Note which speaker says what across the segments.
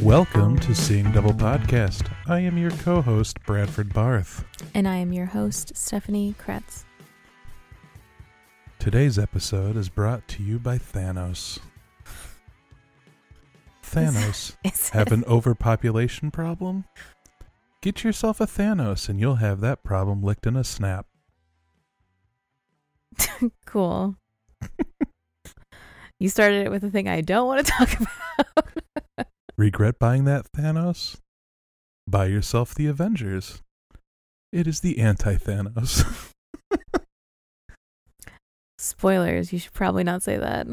Speaker 1: Welcome to Seeing Double Podcast. I am your co host, Bradford Barth.
Speaker 2: And I am your host, Stephanie Kretz.
Speaker 1: Today's episode is brought to you by Thanos. Thanos,
Speaker 2: Is
Speaker 1: have
Speaker 2: it-
Speaker 1: an overpopulation problem? Get yourself a Thanos and you'll have that problem licked in a snap.
Speaker 2: cool. you started it with a thing I don't want to talk about.
Speaker 1: Regret buying that Thanos? Buy yourself the Avengers. It is the anti Thanos.
Speaker 2: Spoilers, you should probably not say that.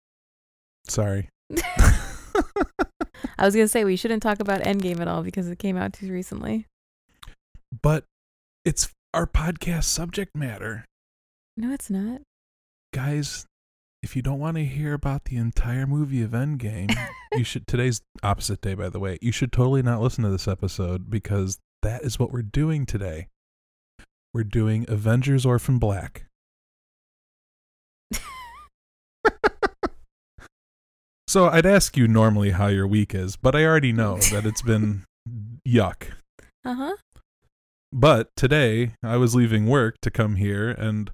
Speaker 1: Sorry.
Speaker 2: I was going to say we shouldn't talk about Endgame at all because it came out too recently.
Speaker 1: but it's our podcast subject matter.
Speaker 2: No, it's not.
Speaker 1: guys, if you don't want to hear about the entire movie of Endgame, you should today's opposite day by the way. You should totally not listen to this episode because that is what we're doing today. We're doing Avengers Orphan Black. so I'd ask you normally how your week is, but I already know that it's been yuck.
Speaker 2: Uh huh.
Speaker 1: But today I was leaving work to come here and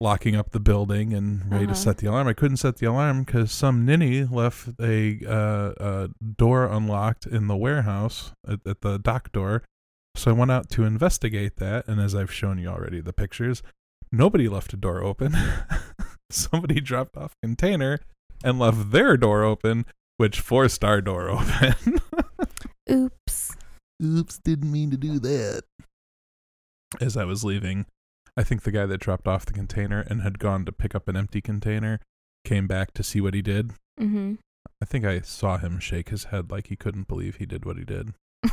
Speaker 1: locking up the building and ready
Speaker 2: Uh-huh.
Speaker 1: to set the alarm. I couldn't set the alarm because some ninny left a uh, uh, door unlocked in the warehouse at, at the dock door. So I went out to investigate that, and as I've shown you already the pictures, nobody left a door open. Somebody dropped off a container and left their door open, which forced our door open.
Speaker 2: Oops.
Speaker 1: Oops, didn't mean to do that. As I was leaving, I think the guy that dropped off the container and had gone to pick up an empty container came back to see what he did.
Speaker 2: Mm
Speaker 1: I think I saw him shake his head like he couldn't believe he did what he did.
Speaker 2: hmm.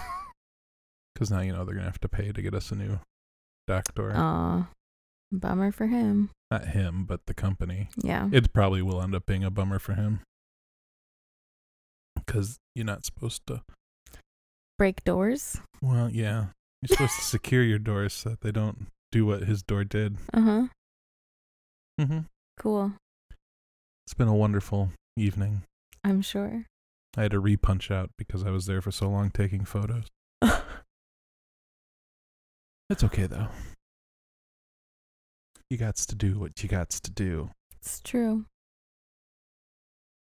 Speaker 1: Because now, you know, they're going to have to pay to get us a new doctor.
Speaker 2: Aw. Bummer for him.
Speaker 1: Not him, but the company.
Speaker 2: Yeah.
Speaker 1: It probably will end up being a bummer for him. Because you're not supposed to.
Speaker 2: Break doors.
Speaker 1: Well, yeah. You're supposed to secure your doors so that they don't do what his door did.
Speaker 2: Uh huh.
Speaker 1: Mm-hmm.
Speaker 2: Cool.
Speaker 1: It's been a wonderful evening.
Speaker 2: I'm sure.
Speaker 1: I had to repunch out because I was there for so long taking photos. It's okay though. You gots to do what you gots to do.
Speaker 2: It's true.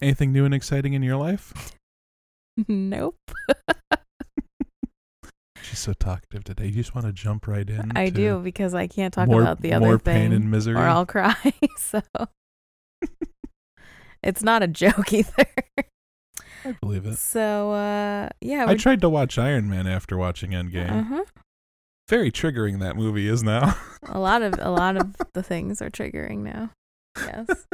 Speaker 1: Anything new and exciting in your life?
Speaker 2: nope.
Speaker 1: She's so talkative today. You just want to jump right in.
Speaker 2: I
Speaker 1: to
Speaker 2: do because I can't talk
Speaker 1: more,
Speaker 2: about the other
Speaker 1: more
Speaker 2: thing.
Speaker 1: pain and misery.
Speaker 2: or I'll cry. so it's not a joke either.
Speaker 1: I believe it.
Speaker 2: So uh, yeah,
Speaker 1: I tried to watch Iron Man after watching Endgame.
Speaker 2: uh-huh.
Speaker 1: Very triggering that movie is now.
Speaker 2: a lot of a lot of the things are triggering now. Yes.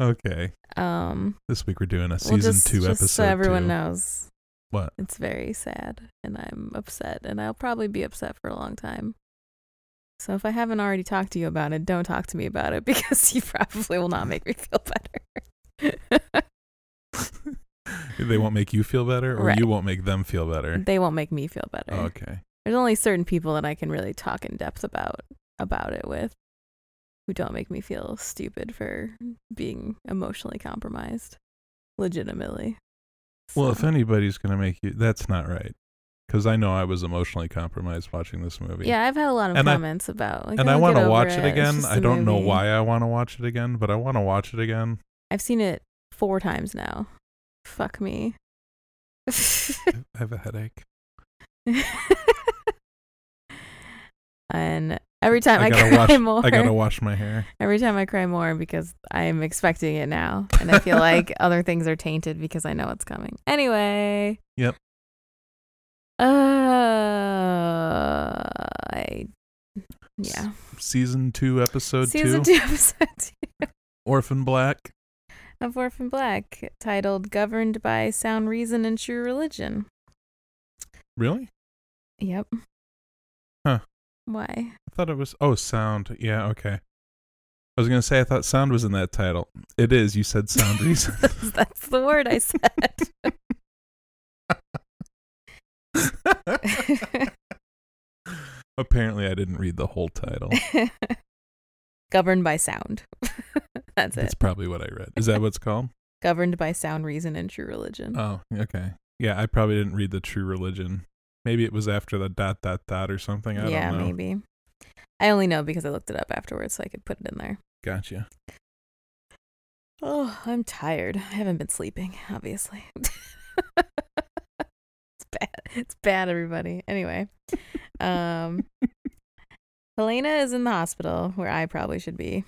Speaker 1: okay.
Speaker 2: Um.
Speaker 1: This week we're doing a
Speaker 2: well,
Speaker 1: season
Speaker 2: just,
Speaker 1: two
Speaker 2: just
Speaker 1: episode.
Speaker 2: so everyone
Speaker 1: two.
Speaker 2: knows,
Speaker 1: What?
Speaker 2: it's very sad, and I'm upset, and I'll probably be upset for a long time. So if I haven't already talked to you about it, don't talk to me about it because you probably will not make me feel better.
Speaker 1: they won't make you feel better, or
Speaker 2: Right.
Speaker 1: you won't make them feel better.
Speaker 2: they won't make me feel better.
Speaker 1: okay.
Speaker 2: there's only certain people that I can really talk in depth about about it with who don't make me feel stupid for being emotionally compromised legitimately.
Speaker 1: Well, if
Speaker 2: So-
Speaker 1: anybody's going to make you, that's not right. Because I know I was emotionally compromised watching this movie.
Speaker 2: yeah, I've had a lot of
Speaker 1: And I-
Speaker 2: comments about like,
Speaker 1: and I
Speaker 2: want to
Speaker 1: watch it
Speaker 2: It's
Speaker 1: again.
Speaker 2: just
Speaker 1: I
Speaker 2: a
Speaker 1: don't know
Speaker 2: movie."
Speaker 1: why I want to watch it again, but I want to watch it again.
Speaker 2: I've seen it four times now. Fuck me.
Speaker 1: I have a headache.
Speaker 2: and every time
Speaker 1: I
Speaker 2: I,
Speaker 1: gotta
Speaker 2: cry
Speaker 1: watch-
Speaker 2: more.
Speaker 1: I got to wash my hair.
Speaker 2: Every time I cry more because I'm expecting it now. And I feel like other things are tainted because I know it's coming. Anyway.
Speaker 1: Yep.
Speaker 2: Uh, I, yeah.
Speaker 1: Season two, episode
Speaker 2: Season
Speaker 1: two,
Speaker 2: two, episode two
Speaker 1: Orphan Black.
Speaker 2: of Orphan Black, titled Governed by Sound Reason and True Religion.
Speaker 1: Really?
Speaker 2: Yep.
Speaker 1: Huh.
Speaker 2: Why?
Speaker 1: I thought it was. Oh, sound. Yeah. Okay. I was gonna say I thought sound was in that title. It is. You said sound reason.
Speaker 2: That's the word I said.
Speaker 1: Apparently, I didn't read the whole title.
Speaker 2: Governed by sound. That's it.
Speaker 1: That's probably what I read. Is that what it's called?
Speaker 2: Governed by sound reason and true religion.
Speaker 1: Oh, okay. Yeah, I probably didn't read the True Religion. Maybe it was after the dot dot dot or something. I
Speaker 2: yeah,
Speaker 1: don't know.
Speaker 2: maybe. I only know because I looked it up afterwards so I could put it in there.
Speaker 1: Gotcha.
Speaker 2: Oh, I'm tired. I haven't been sleeping, obviously. it's bad. It's bad, everybody. Anyway, um, Helena is in the hospital where I probably should be.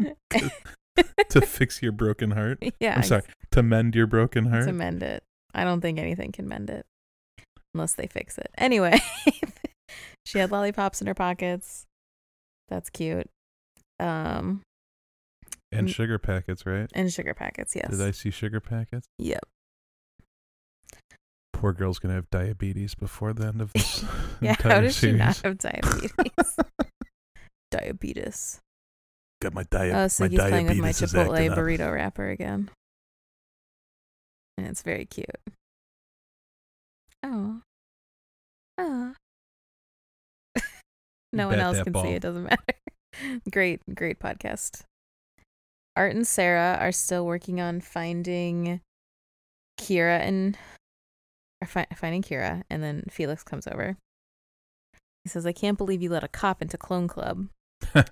Speaker 1: to fix your broken heart.
Speaker 2: Yeah,
Speaker 1: I'm sorry. To mend your broken
Speaker 2: to
Speaker 1: heart.
Speaker 2: mend it. I don't think anything can mend it unless they fix it. Anyway, she had lollipops in her pockets. That's cute. Um,
Speaker 1: and sugar packets, right?
Speaker 2: and sugar packets. Yes.
Speaker 1: Did I see sugar packets?
Speaker 2: Yep.
Speaker 1: Poor girl's gonna have diabetes before the end of this
Speaker 2: Yeah,
Speaker 1: entire
Speaker 2: how does she
Speaker 1: series.
Speaker 2: not have diabetes? diabetes.
Speaker 1: Got my diet.
Speaker 2: Oh,
Speaker 1: my
Speaker 2: Siggy's playing with my
Speaker 1: diabetes is acting
Speaker 2: Chipotle
Speaker 1: up.
Speaker 2: burrito wrapper again. And it's very cute. Oh. Oh. no one
Speaker 1: Bat
Speaker 2: else
Speaker 1: that
Speaker 2: can see.
Speaker 1: ball.
Speaker 2: It doesn't matter. great, great podcast. Art and Sarah are still working on finding Kira and are fi- finding Kira, and then Felix comes over. He says, "I can't believe you let a cop into Clone Club." uh,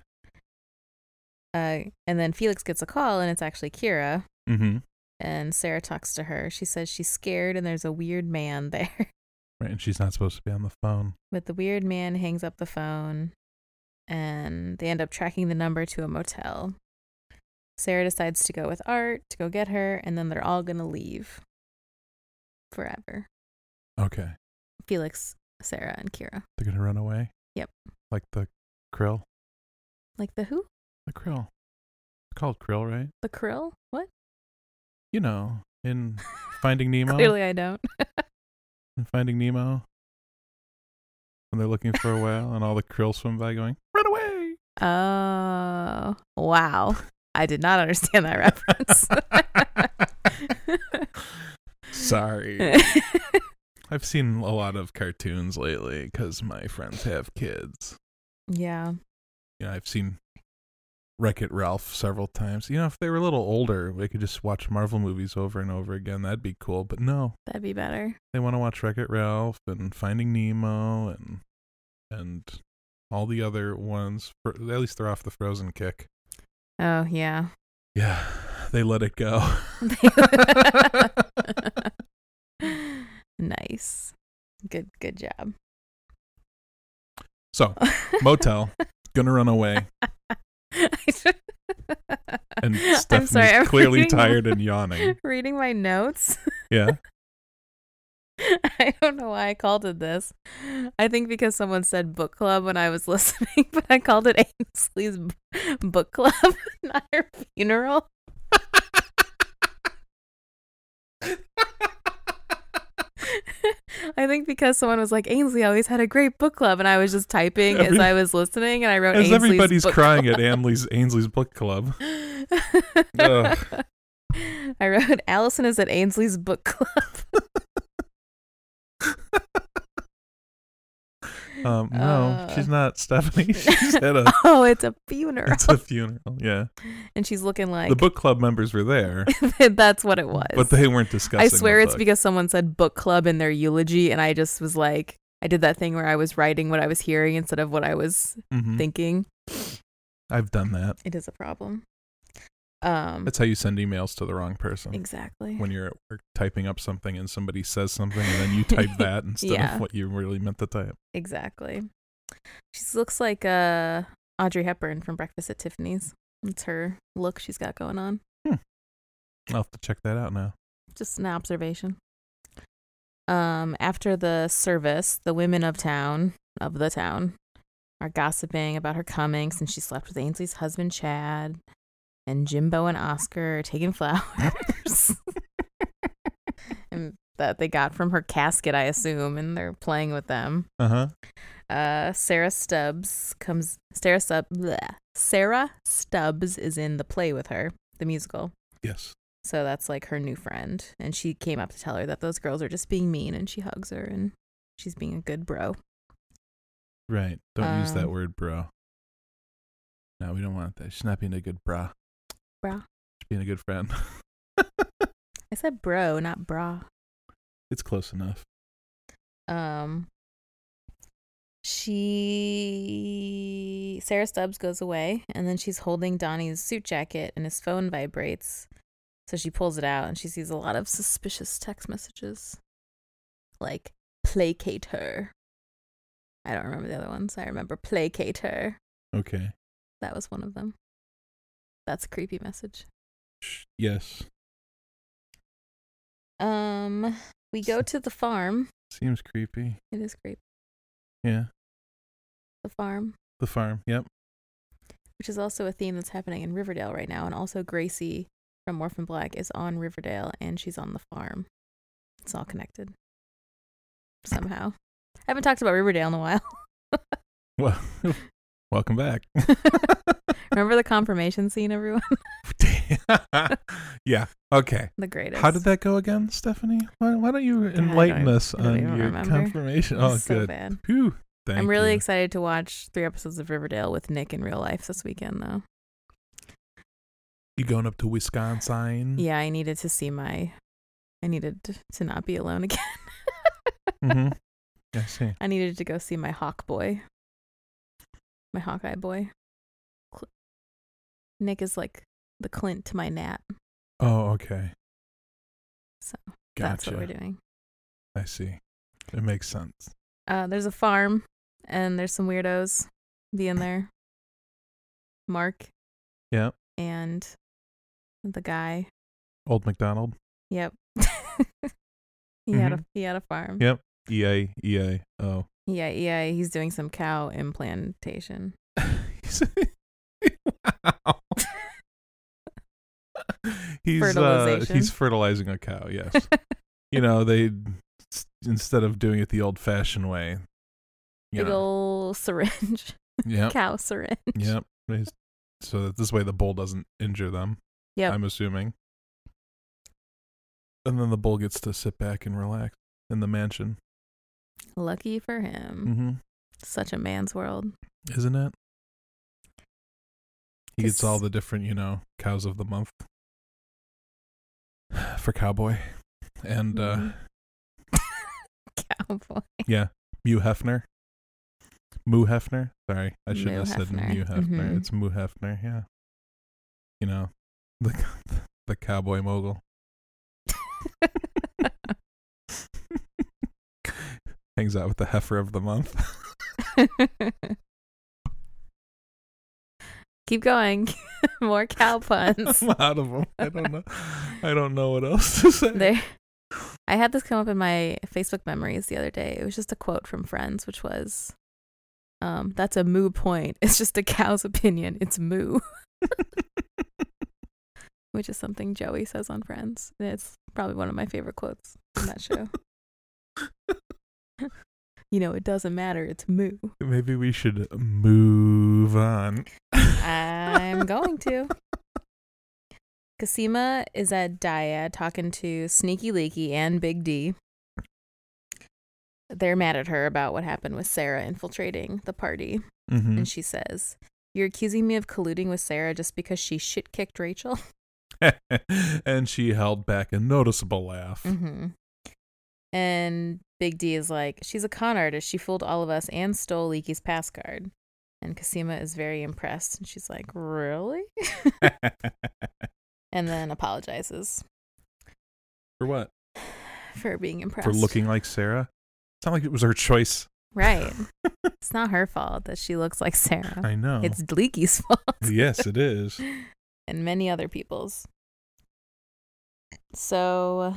Speaker 2: and then Felix gets a call, and it's actually Kira.
Speaker 1: Mm-hmm.
Speaker 2: And Sarah talks to her. She says she's scared, and there's a weird man there.
Speaker 1: Right, and she's not supposed to be on the phone.
Speaker 2: but the weird man hangs up the phone, and they end up tracking the number to a motel. Sarah decides to go with Art to go get her, and then they're all gonna leave forever.
Speaker 1: Okay,
Speaker 2: Felix, Sarah, and Kira.
Speaker 1: they're gonna run away.
Speaker 2: Yep.
Speaker 1: Like the krill.
Speaker 2: Like the who?
Speaker 1: The krill. It's called krill, right?
Speaker 2: The krill? What?
Speaker 1: You know, in Finding Nemo.
Speaker 2: Clearly, I don't.
Speaker 1: in Finding Nemo. When they're looking for a whale, and all the krill swim by, going run away.
Speaker 2: Oh, wow. I did not understand that reference.
Speaker 1: Sorry. I've seen a lot of cartoons lately because my friends have kids.
Speaker 2: yeah.
Speaker 1: You know, I've seen Wreck It Ralph several times. You know, if they were a little older, we could just watch Marvel movies over and over again. That'd be cool. But no,
Speaker 2: That'd be better.
Speaker 1: they want to watch Wreck It Ralph and Finding Nemo and and all the other ones. For, at least they're off the Frozen kick.
Speaker 2: Oh, yeah.
Speaker 1: Yeah, they let it go.
Speaker 2: nice. Good good job.
Speaker 1: so motel gonna run away, and
Speaker 2: I'm
Speaker 1: Stephanie's
Speaker 2: sorry, I'm
Speaker 1: clearly
Speaker 2: reading-
Speaker 1: tired and yawning.
Speaker 2: Reading my notes.
Speaker 1: Yeah.
Speaker 2: I don't know why I called it this. I think because someone said book club when I was listening, but I called it Ainsley's b- book club, not her funeral. I think because someone was like Ainsley always had a great book club, and I was just typing as
Speaker 1: Every-
Speaker 2: I was listening, and I wrote
Speaker 1: As
Speaker 2: Ainsley's
Speaker 1: everybody's
Speaker 2: book
Speaker 1: crying at Ainsley's, Ainsley's book club. Ugh.
Speaker 2: I wrote Allison is at Ainsley's book club.
Speaker 1: Um, no,
Speaker 2: Uh.
Speaker 1: she's not Stephanie. She's at a,
Speaker 2: Oh, it's a funeral.
Speaker 1: it's a funeral. Yeah,
Speaker 2: and she's looking like
Speaker 1: the book club members were there,
Speaker 2: that's what it was.
Speaker 1: but they weren't discussing.
Speaker 2: I swear
Speaker 1: the
Speaker 2: it's
Speaker 1: book.
Speaker 2: because someone said book club in their eulogy and I just was like I did that thing where I was writing what I was hearing instead of what I was
Speaker 1: Mhm.
Speaker 2: thinking.
Speaker 1: I've done that.
Speaker 2: It is a problem. Um
Speaker 1: That's how you send emails to the wrong person
Speaker 2: exactly.
Speaker 1: when you're at work typing up something and somebody says something and then you type that instead
Speaker 2: Yeah.
Speaker 1: of what you really meant to type.
Speaker 2: Exactly. She looks like uh Audrey Hepburn from Breakfast at Tiffany's. It's her look she's got going on.
Speaker 1: I'll have to check that out now.
Speaker 2: Just an observation. Um, after the service, the women of town of the town are gossiping about her coming since she slept with Ainsley's husband Chad, and Jimbo and Oscar are taking flowers, and that they got from her casket, I assume, and they're playing with them.
Speaker 1: Uh huh.
Speaker 2: Uh, Sarah Stubbs comes. Sarah Stubbs. Bleh. Sarah Stubbs is in the play with her, the musical.
Speaker 1: Yes.
Speaker 2: So that's like her new friend, and she came up to tell her that those girls are just being mean, and she hugs her, and she's being a good bro.
Speaker 1: Right. Don't use that
Speaker 2: Um,
Speaker 1: word, bro. No, we don't want that. She's not being a good bra.
Speaker 2: Bra.
Speaker 1: She's being a good friend.
Speaker 2: I said bro, not bra.
Speaker 1: it's close enough.
Speaker 2: Um, she Sarah Stubbs goes away, and then she's holding Donnie's suit jacket, and his phone vibrates. So she pulls it out, and she sees a lot of suspicious text messages, like placate her. I don't remember the other ones. I remember placate her.
Speaker 1: Okay.
Speaker 2: That was one of them. That's a creepy message.
Speaker 1: Sh- Yes.
Speaker 2: Um, we go to the farm.
Speaker 1: Seems creepy.
Speaker 2: It is creepy.
Speaker 1: Yeah.
Speaker 2: The farm.
Speaker 1: The farm. Yep.
Speaker 2: which is also a theme that's happening in Riverdale right now. And also, Gracie from Orphan Black is on Riverdale and she's on the farm. It's all connected somehow. I haven't talked about Riverdale in a while.
Speaker 1: Well, welcome back.
Speaker 2: Remember the confirmation scene, everyone?
Speaker 1: yeah. Okay.
Speaker 2: the greatest.
Speaker 1: How did that go again, Stephanie? Why, why don't you
Speaker 2: don't
Speaker 1: enlighten
Speaker 2: e-
Speaker 1: us
Speaker 2: I don't
Speaker 1: on
Speaker 2: even
Speaker 1: your
Speaker 2: remember.
Speaker 1: confirmation?
Speaker 2: It
Speaker 1: Oh,
Speaker 2: was so
Speaker 1: good.
Speaker 2: bad.
Speaker 1: Phew. Thank
Speaker 2: I'm really
Speaker 1: you.
Speaker 2: excited to watch three episodes of Riverdale with Nick in real life this weekend, though.
Speaker 1: You going up to Wisconsin?
Speaker 2: Yeah, I needed to see my. I needed to not be alone again.
Speaker 1: Mm-hmm. I see.
Speaker 2: I needed to go see my Hawk Boy, my Hawkeye boy. Cl- Nick is like the Clint to my Nat.
Speaker 1: Oh, okay.
Speaker 2: So,
Speaker 1: gotcha.
Speaker 2: That's what we're doing.
Speaker 1: I see. It makes sense.
Speaker 2: Uh, there's a farm, and there's some weirdos being there. Mark.
Speaker 1: Yep.
Speaker 2: And the guy.
Speaker 1: Old McDonald.
Speaker 2: Yep. he had a he had a farm.
Speaker 1: Mm-hmm. Yep. EA EA. Oh.
Speaker 2: Yeah, yeah. He's doing some cow implantation.
Speaker 1: He's- wow. he's uh,
Speaker 2: Fertilization.
Speaker 1: he's fertilizing a cow. Yes. you know they s- instead of doing it the old-fashioned way. You
Speaker 2: Big
Speaker 1: know.
Speaker 2: ol' syringe.
Speaker 1: Yep.
Speaker 2: Cow syringe.
Speaker 1: Yep. He's- So that this way the bull doesn't injure them.
Speaker 2: Yep.
Speaker 1: I'm assuming. And then the bull gets to sit back and relax in the mansion.
Speaker 2: Lucky for him.
Speaker 1: Mm-hmm.
Speaker 2: Such a man's world.
Speaker 1: Isn't it? He gets all
Speaker 2: This-
Speaker 1: the different, you know, cows of the month for cowboy and
Speaker 2: Mm-hmm.
Speaker 1: uh
Speaker 2: Cowboy.
Speaker 1: Mew Hefner. Moo Hefner. Sorry, I shouldn't
Speaker 2: Moo
Speaker 1: have said
Speaker 2: Hefner.
Speaker 1: Mew Hefner.
Speaker 2: Mhm.
Speaker 1: It's Moo Hefner. Yeah. You know, the the cowboy mogul hangs out with the heifer of the month.
Speaker 2: Keep going. More cow puns.
Speaker 1: I'm out of them. I don't know. I don't know what else to say.
Speaker 2: there. I had this come up in my Facebook memories the other day. It was just a quote from Friends, which was, um, "That's a moo point. It's just a cow's opinion. It's moo," which is something Joey says on Friends. And It's probably one of my favorite quotes from that show. you know, it doesn't matter. It's moo.
Speaker 1: Maybe we should move on.
Speaker 2: I'm going to. Kasima is at Daya talking to Sneaky Leaky and Big D. They're mad at her about what happened with Sarah infiltrating the party.
Speaker 1: hmm
Speaker 2: And she says, You're accusing me of colluding with Sarah just because she shit kicked Rachel?
Speaker 1: and she held back a noticeable laugh.
Speaker 2: Mm-hmm. And Big D is like, She's a con artist. She fooled all of us and stole Leaky's pass card. And Kasima is very impressed. And she's like, Really? Mm-hmm. and then apologizes.
Speaker 1: For what?
Speaker 2: for being impressed.
Speaker 1: For looking like Sarah? It's not like it was her choice.
Speaker 2: Right. it's not her fault that she looks like Sarah.
Speaker 1: I know.
Speaker 2: Oh, It's Leaky's fault
Speaker 1: yes, it is.
Speaker 2: and many other people's. So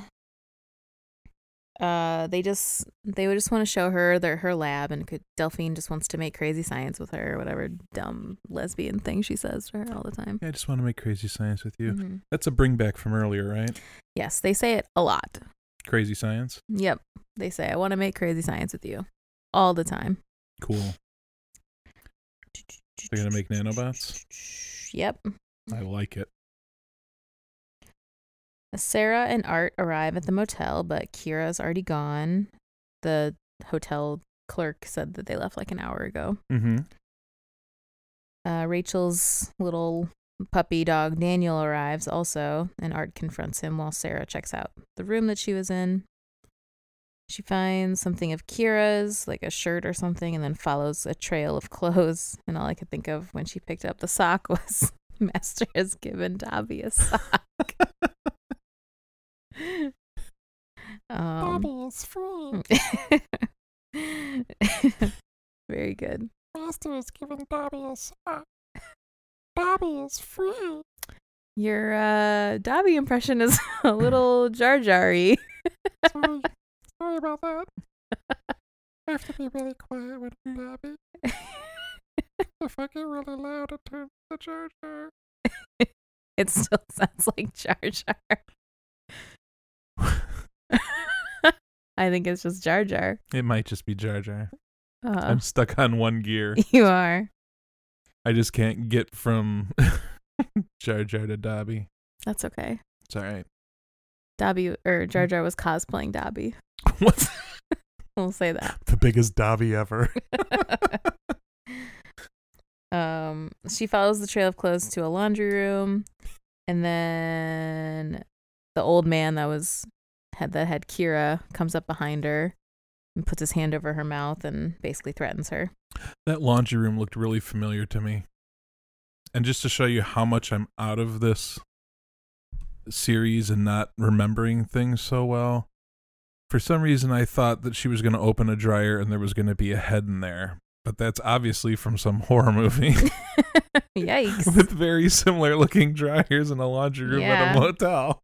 Speaker 2: uh they just they would just want to show her their her lab and could Delphine just wants to make crazy science with her or whatever dumb lesbian thing she says to her all the time.
Speaker 1: Yeah, I just want to make crazy science with you.
Speaker 2: Mhm.
Speaker 1: That's a bring back from earlier, right?
Speaker 2: Yes, they say it a lot.
Speaker 1: Crazy science.
Speaker 2: Yep. They say I want to make crazy science with you all the time.
Speaker 1: Cool. They're gonna make nanobots?
Speaker 2: Yep.
Speaker 1: I like it.
Speaker 2: Sarah and Art arrive at the motel, but Kira's already gone. The hotel clerk said that they left like an hour ago.
Speaker 1: Mm-hmm.
Speaker 2: Uh, Rachel's little puppy dog Daniel arrives also, and Art confronts him while Sarah checks out the room that she was in. She finds something of Kira's, like a shirt or something, and then follows a trail of clothes. And all I could think of when she picked up the sock was Master has given Dobby a sock. um,
Speaker 3: Dobby is free.
Speaker 2: very good.
Speaker 3: Master is giving Dobby a sock. Dobby is free.
Speaker 2: Your uh, Dobby impression is a little Jar Jar-y.
Speaker 3: Sorry, sorry about that. I have to be really quiet when I'm Dobby. If I get really loud, it turns the Jar Jar.
Speaker 2: It still sounds like Jar Jar. I think it's just Jar Jar.
Speaker 1: It might just be Jar Jar.
Speaker 2: Uh,
Speaker 1: I'm stuck on one gear.
Speaker 2: you are.
Speaker 1: I just can't get from Jar Jar to Dobby.
Speaker 2: That's okay.
Speaker 1: It's all right.
Speaker 2: Dobby or Jar
Speaker 3: Mm.
Speaker 2: Jar was cosplaying Dobby.
Speaker 1: What's
Speaker 2: We'll say that.
Speaker 1: the biggest Dobby ever?
Speaker 2: um, she follows the trail of clothes to a laundry room, and then the old man that was had that had Kira comes up behind her and puts his hand over her mouth and basically threatens her.
Speaker 1: That laundry room looked really familiar to me. And just to show you how much I'm out of this series and not remembering things so well, for some reason I thought that she was going to open a dryer and there was going to be a head in there. But that's obviously from some horror movie
Speaker 2: Yikes.
Speaker 1: with very similar looking dryers in a laundry room at
Speaker 2: Yeah.
Speaker 1: a motel.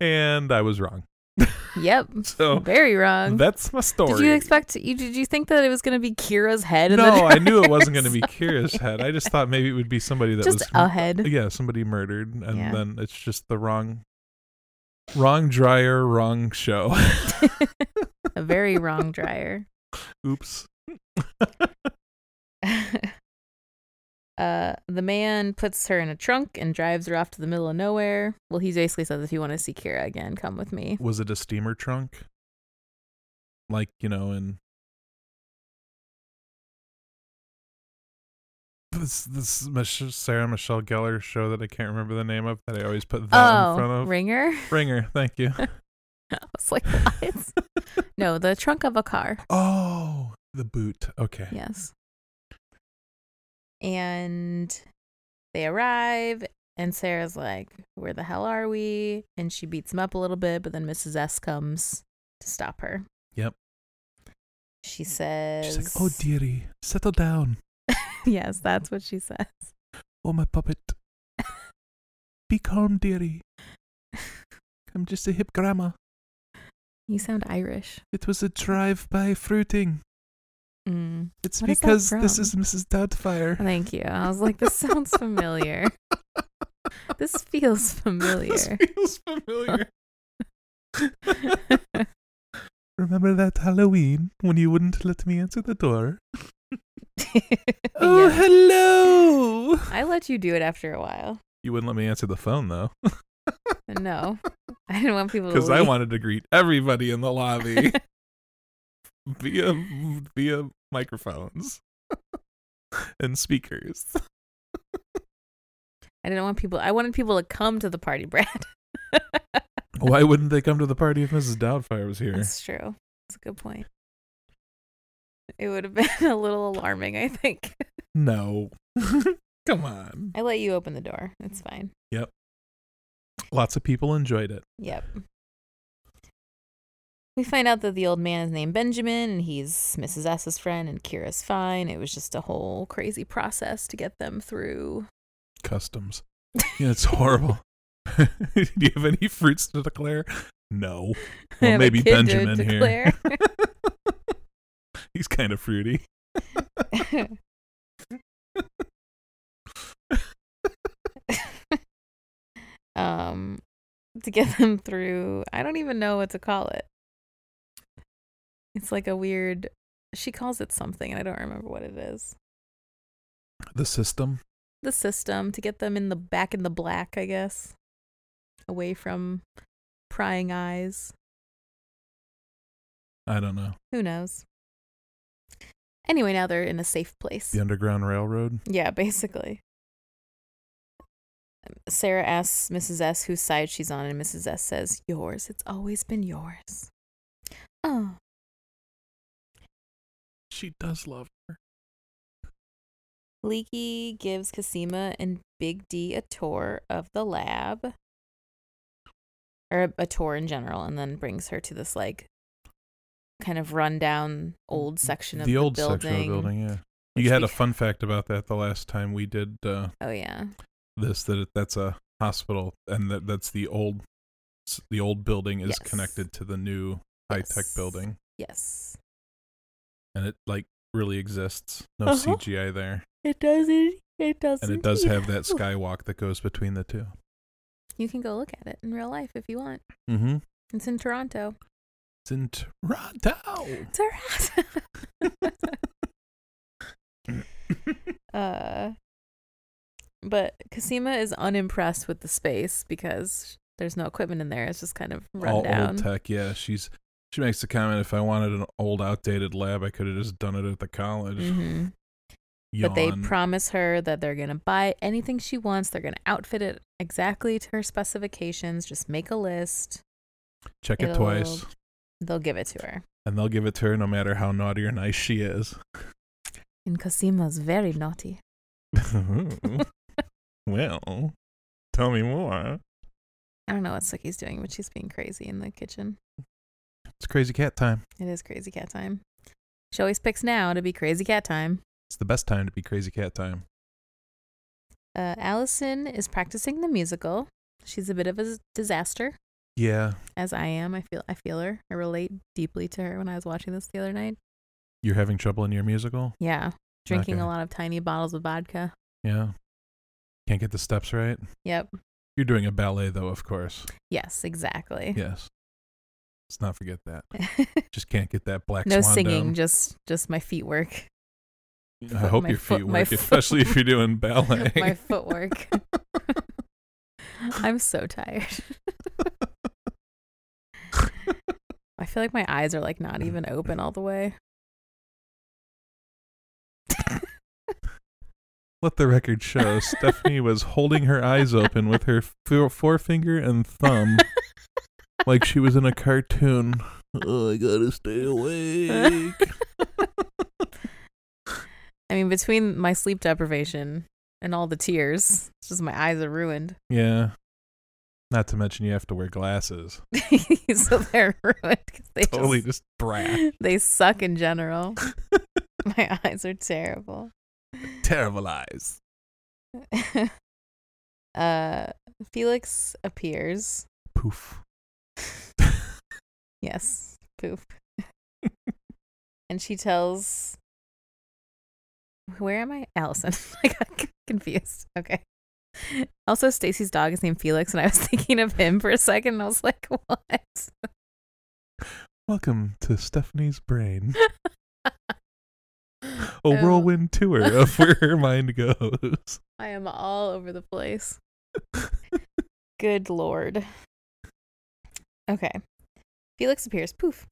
Speaker 1: And I was wrong.
Speaker 2: Yep.
Speaker 1: So
Speaker 2: Very wrong.
Speaker 1: that's my oh, story.
Speaker 2: Did you expect you did you think that it was gonna be Kira's head? in the
Speaker 1: no, I knew it
Speaker 2: dryer?
Speaker 1: wasn't going to be
Speaker 2: Sorry.
Speaker 1: Kira's head. I just thought maybe it would be somebody that
Speaker 2: just
Speaker 1: was
Speaker 2: a head.
Speaker 1: yeah somebody murdered and
Speaker 2: Yeah.
Speaker 1: then it's just the wrong wrong dryer wrong show
Speaker 2: a very wrong dryer.
Speaker 1: oops
Speaker 2: uh, the man puts her in a trunk and drives her off to the middle of nowhere. Well, he basically says, "If you want to see Kira again, come with me."
Speaker 1: was it a steamer trunk like you know in this this Mich- sarah michelle gellar show that i can't remember the name of that i always put that in front
Speaker 2: oh,
Speaker 1: of
Speaker 2: ringer!
Speaker 1: ringer thank you
Speaker 2: I was like, "What?" no, the trunk of a car.
Speaker 1: oh the boot okay
Speaker 2: Yes. And they arrive, and Sarah's like, Where the hell are we? And she beats him up a little bit, but then Mrs. S comes to stop her.
Speaker 1: Yep.
Speaker 2: She says,
Speaker 1: she's like oh dearie settle down
Speaker 2: Yes, that's what she says.
Speaker 1: Oh, my puppet. Be calm, dearie. I'm just a hip grandma.
Speaker 2: You sound Irish.
Speaker 1: It was a drive by fruiting.
Speaker 2: Mm,
Speaker 1: It's
Speaker 2: What is that
Speaker 1: because this
Speaker 2: from?
Speaker 1: is Mrs. Doubtfire.
Speaker 2: thank you. I was like, This sounds familiar. This feels
Speaker 1: This
Speaker 2: familiar.
Speaker 1: feels familiar. Remember that Halloween when you wouldn't let me answer the door? Oh,
Speaker 2: Yeah.
Speaker 1: hello!
Speaker 2: I let you do it after a while.
Speaker 1: You wouldn't let me answer the phone, though,
Speaker 2: No, I didn't want people to.
Speaker 1: because I
Speaker 2: leave.
Speaker 1: wanted to greet everybody in the lobby via via microphones and speakers.
Speaker 2: I didn't want people. I wanted people to come to the party, Brad.
Speaker 1: Why wouldn't they come to the party if Mrs. Doubtfire was here?
Speaker 2: That's true. That's a good point. It would have been a little alarming, I think.
Speaker 1: No. come on.
Speaker 2: I let you open the door. It's fine.
Speaker 1: Lots of people enjoyed it.
Speaker 2: Yep. We find out that the old man is named Benjamin and he's Mrs. S's friend and Kira's fine. It was just a whole crazy process to get them through.
Speaker 1: Customs. Yeah, it's horrible. Do you have any fruits to declare? No.
Speaker 2: I
Speaker 1: Well,
Speaker 2: have a
Speaker 1: maybe
Speaker 2: kid to
Speaker 1: Benjamin here.
Speaker 2: declare.
Speaker 1: He's kind of fruity.
Speaker 2: um to get them through I don't even know what to call it. It's like a weird she calls it something, and I don't remember what it is.
Speaker 1: The system.
Speaker 2: The system to get them in the back in the black, I guess, away from prying eyes.
Speaker 1: I don't know.
Speaker 2: Who knows? Anyway, now they're in a safe place.
Speaker 1: The Underground Railroad.
Speaker 2: Yeah, basically. Sarah asks Mrs. S whose side she's on, and Mrs. S says, Yours. It's always been yours. Oh,
Speaker 1: She does love her.
Speaker 2: Leaky gives Cosima and Big D a tour of the lab, or a, a tour in general, and then brings her to this like kind of rundown old section of the,
Speaker 1: Mm, the old
Speaker 2: building.
Speaker 1: section of the building. Yeah.
Speaker 2: which
Speaker 1: You had
Speaker 2: we-
Speaker 1: a fun fact about that the last time we did uh,
Speaker 2: Oh yeah,
Speaker 1: this that it, that's a hospital and that that's the old s- the old building is
Speaker 2: Yes.
Speaker 1: connected to the new high tech
Speaker 2: Yes.
Speaker 1: building
Speaker 2: yes,
Speaker 1: and it like really exists. No
Speaker 2: Uh-huh.
Speaker 1: CGI there.
Speaker 2: it does. It it does.
Speaker 1: And it does have that skywalk that goes between the 2
Speaker 2: You can go look at it in real life if you want.
Speaker 1: Mm-hmm.
Speaker 2: It's in Toronto.
Speaker 1: It's in Toronto.
Speaker 2: Toronto. Uh, but Cosima is unimpressed with the space because there's no equipment in there. It's just kind of
Speaker 1: All
Speaker 2: run
Speaker 1: old
Speaker 2: down.
Speaker 1: tech. Yeah, she's she makes the comment. If I wanted an old, outdated lab, I could have just done it at the college.
Speaker 2: hmm
Speaker 1: Yawn.
Speaker 2: But they promise her that they're gonna buy anything she wants. They're gonna outfit it exactly to her specifications. Just make a list.
Speaker 1: check it
Speaker 2: it'll-
Speaker 1: twice,
Speaker 2: They'll give it to her.
Speaker 1: and they'll give it to her no matter how naughty or nice she is.
Speaker 2: And Cosima's very naughty.
Speaker 1: well, tell me more.
Speaker 2: I don't know what Suki's doing, but she's being crazy in the kitchen.
Speaker 1: It's crazy cat time.
Speaker 2: It is crazy cat time. She always picks now to be crazy cat time.
Speaker 1: It's the best time to be crazy cat time.
Speaker 2: Uh, Allison is practicing the musical. She's a bit of a s- disaster,
Speaker 1: Yeah,
Speaker 2: as I am. I feel I feel her. I relate deeply to her when I was watching this the other night.
Speaker 1: you're having trouble in your musical.
Speaker 2: Yeah, drinking
Speaker 1: Okay.
Speaker 2: a lot of tiny bottles of vodka.
Speaker 1: Yeah, can't get the steps right.
Speaker 2: Yep.
Speaker 1: You're doing a ballet though, of course.
Speaker 2: Yes, exactly.
Speaker 1: Yes. Let's not forget that. Just can't get that black
Speaker 2: no
Speaker 1: swan
Speaker 2: singing,
Speaker 1: down.
Speaker 2: just just my feet work,
Speaker 1: I hope
Speaker 2: my
Speaker 1: your
Speaker 2: foot-
Speaker 1: feet
Speaker 2: my
Speaker 1: work,
Speaker 2: foot-
Speaker 1: especially if you're doing ballet.
Speaker 2: my footwork. I'm so tired. I feel like my eyes are like
Speaker 1: Mm.
Speaker 2: not even open all the way.
Speaker 1: Let the record show Stephanie was holding her eyes open with her fore- forefinger and thumb like she was in a cartoon. Oh, I gotta stay awake.
Speaker 2: I mean, between my sleep deprivation and all the tears, it's just my eyes are ruined.
Speaker 1: yeah. Not to mention you have to wear glasses.
Speaker 2: so they're ruined 'cause they
Speaker 1: Totally
Speaker 2: just-
Speaker 1: just brat.
Speaker 2: they suck in general. my eyes are terrible.
Speaker 1: Terrible eyes.
Speaker 2: uh, Felix appears.
Speaker 1: Poof.
Speaker 2: Yes, poof. and she tells, "Where am I, Allison?" I got c- confused. Okay. Also, Stacy's dog is named Felix, and I was thinking of him for a second. And I was like, "What?"
Speaker 1: Welcome to Stephanie's brain. A
Speaker 2: Oh.
Speaker 1: whirlwind tour of where her mind goes.
Speaker 2: I am all over the place. Good lord. Okay. Felix appears, poof.